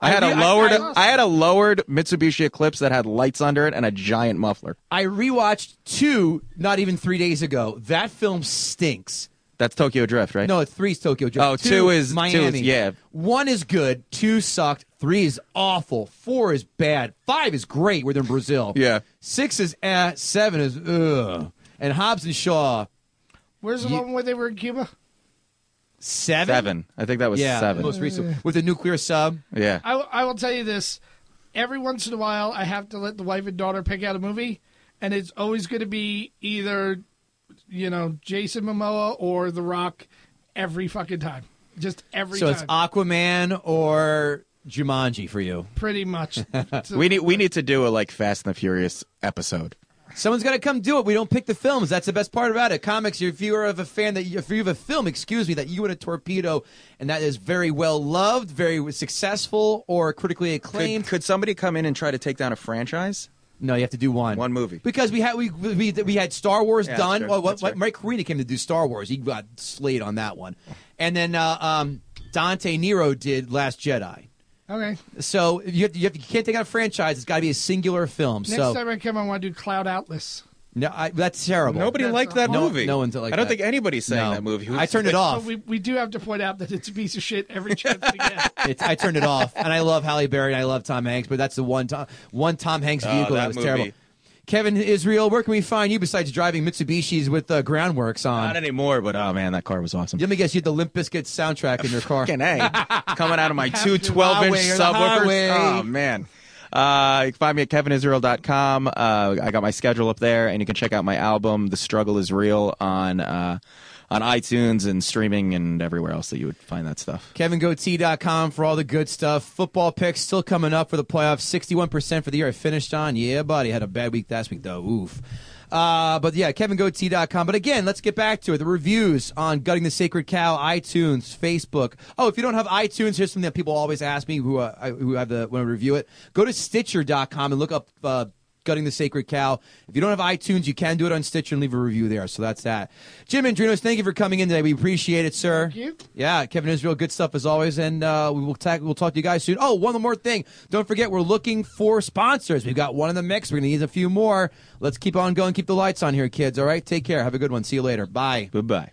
I had a re- I- lowered I, I- had a lowered Mitsubishi Eclipse that had lights under it and a giant muffler. I rewatched two not even three days ago. That film stinks. That's Tokyo Drift, right? No, it's three's Tokyo Oh, Drift. two is- two is- Miami. yeah. One is good. Two sucked. Three is awful. Four is bad. Five is great. We're in Brazil. Yeah. Six is eh. Seven is ugh. And Hobbs and Shaw Where's the one where they were in Cuba? seven. seven. I think that was Yeah, seven. most recent with the nuclear sub. yeah. I, will- I will tell you this. Every once in a while, I have to let the wife and daughter pick out a movie, and it's always going to be either, you know, Jason Momoa or The Rock every fucking time. Just every So time. it's Aquaman or Jumanji for you. pretty much. So- we need we need to do a like Fast and the Furious episode. Someone's got to come do it. We don't pick the films. That's the best part about it. Comics, if you are of a fan that you, if you have a film, excuse me, that you would a torpedo and that is very well loved, very successful, or critically acclaimed. Could, could somebody come in and try to take down a franchise? no, you have to do one. One movie. Because we had we we, we had Star Wars Yeah, that's done. true. Well, what, That's what, fair. Mike Carina came to do Star Wars. He got slayed on that one, and then uh, um, Dante Nero did Last Jedi. okay. So you have to, you, have to, you can't take out a franchise. It's got to be a singular film. Next so time I come, I want to do Cloud Atlas. No, I, that's terrible. Nobody That's liked not that wrong. movie. No one's like I don't that. think anybody's saying No. that movie. I turned it off. But we, we do have to point out that it's a piece of shit every chance we get. It's, I turned it off, and I love Halle Berry and I love Tom Hanks, but that's the one Tom one Tom Hanks vehicle Oh, that that was movie. terrible. Kevin Israel, where can we find you besides driving Mitsubishis with uh, groundworks on? Not anymore, but oh man, that car was awesome. Let me guess, you had the Limp Bizkit soundtrack in your car. Fucking A. It's coming out of my two 12 inch highway or the highway. subwoofers. Oh, man. Uh, you can find me at kevinisrael.com. Uh, I got my schedule up there, and you can check out my album, The Struggle is Real, on uh, on iTunes and streaming and everywhere else that you would find that stuff. KevinGoatee.com for all the good stuff. Football picks still coming up for the playoffs. 61% for the year. I finished on. Yeah, buddy. Had a bad week last week, though. Oof. Uh, but yeah, KevinGoatee.com. But again, let's get back to it. The reviews on Gutting the Sacred Cow, iTunes, Facebook. Oh, if you don't have iTunes, here's something that people always ask me who, uh, I- who have the, when I review it. Go to Stitcher.com and look up, uh, Gutting the Sacred Cow. If you don't have iTunes, you can do it on Stitcher and leave a review there. So that's that. Jim Andrinos, thank you for coming in today. We appreciate it, sir. Thank you. Yeah, Kevin Israel, good stuff as always, and uh, we will ta- we'll talk to you guys soon. Oh, one more thing! Don't forget, we're looking for sponsors. We've got one in the mix. We're gonna need a few more. Let's keep on going. Keep the lights on here, kids. All right, take care. Have a good one. See you later. Bye. Goodbye.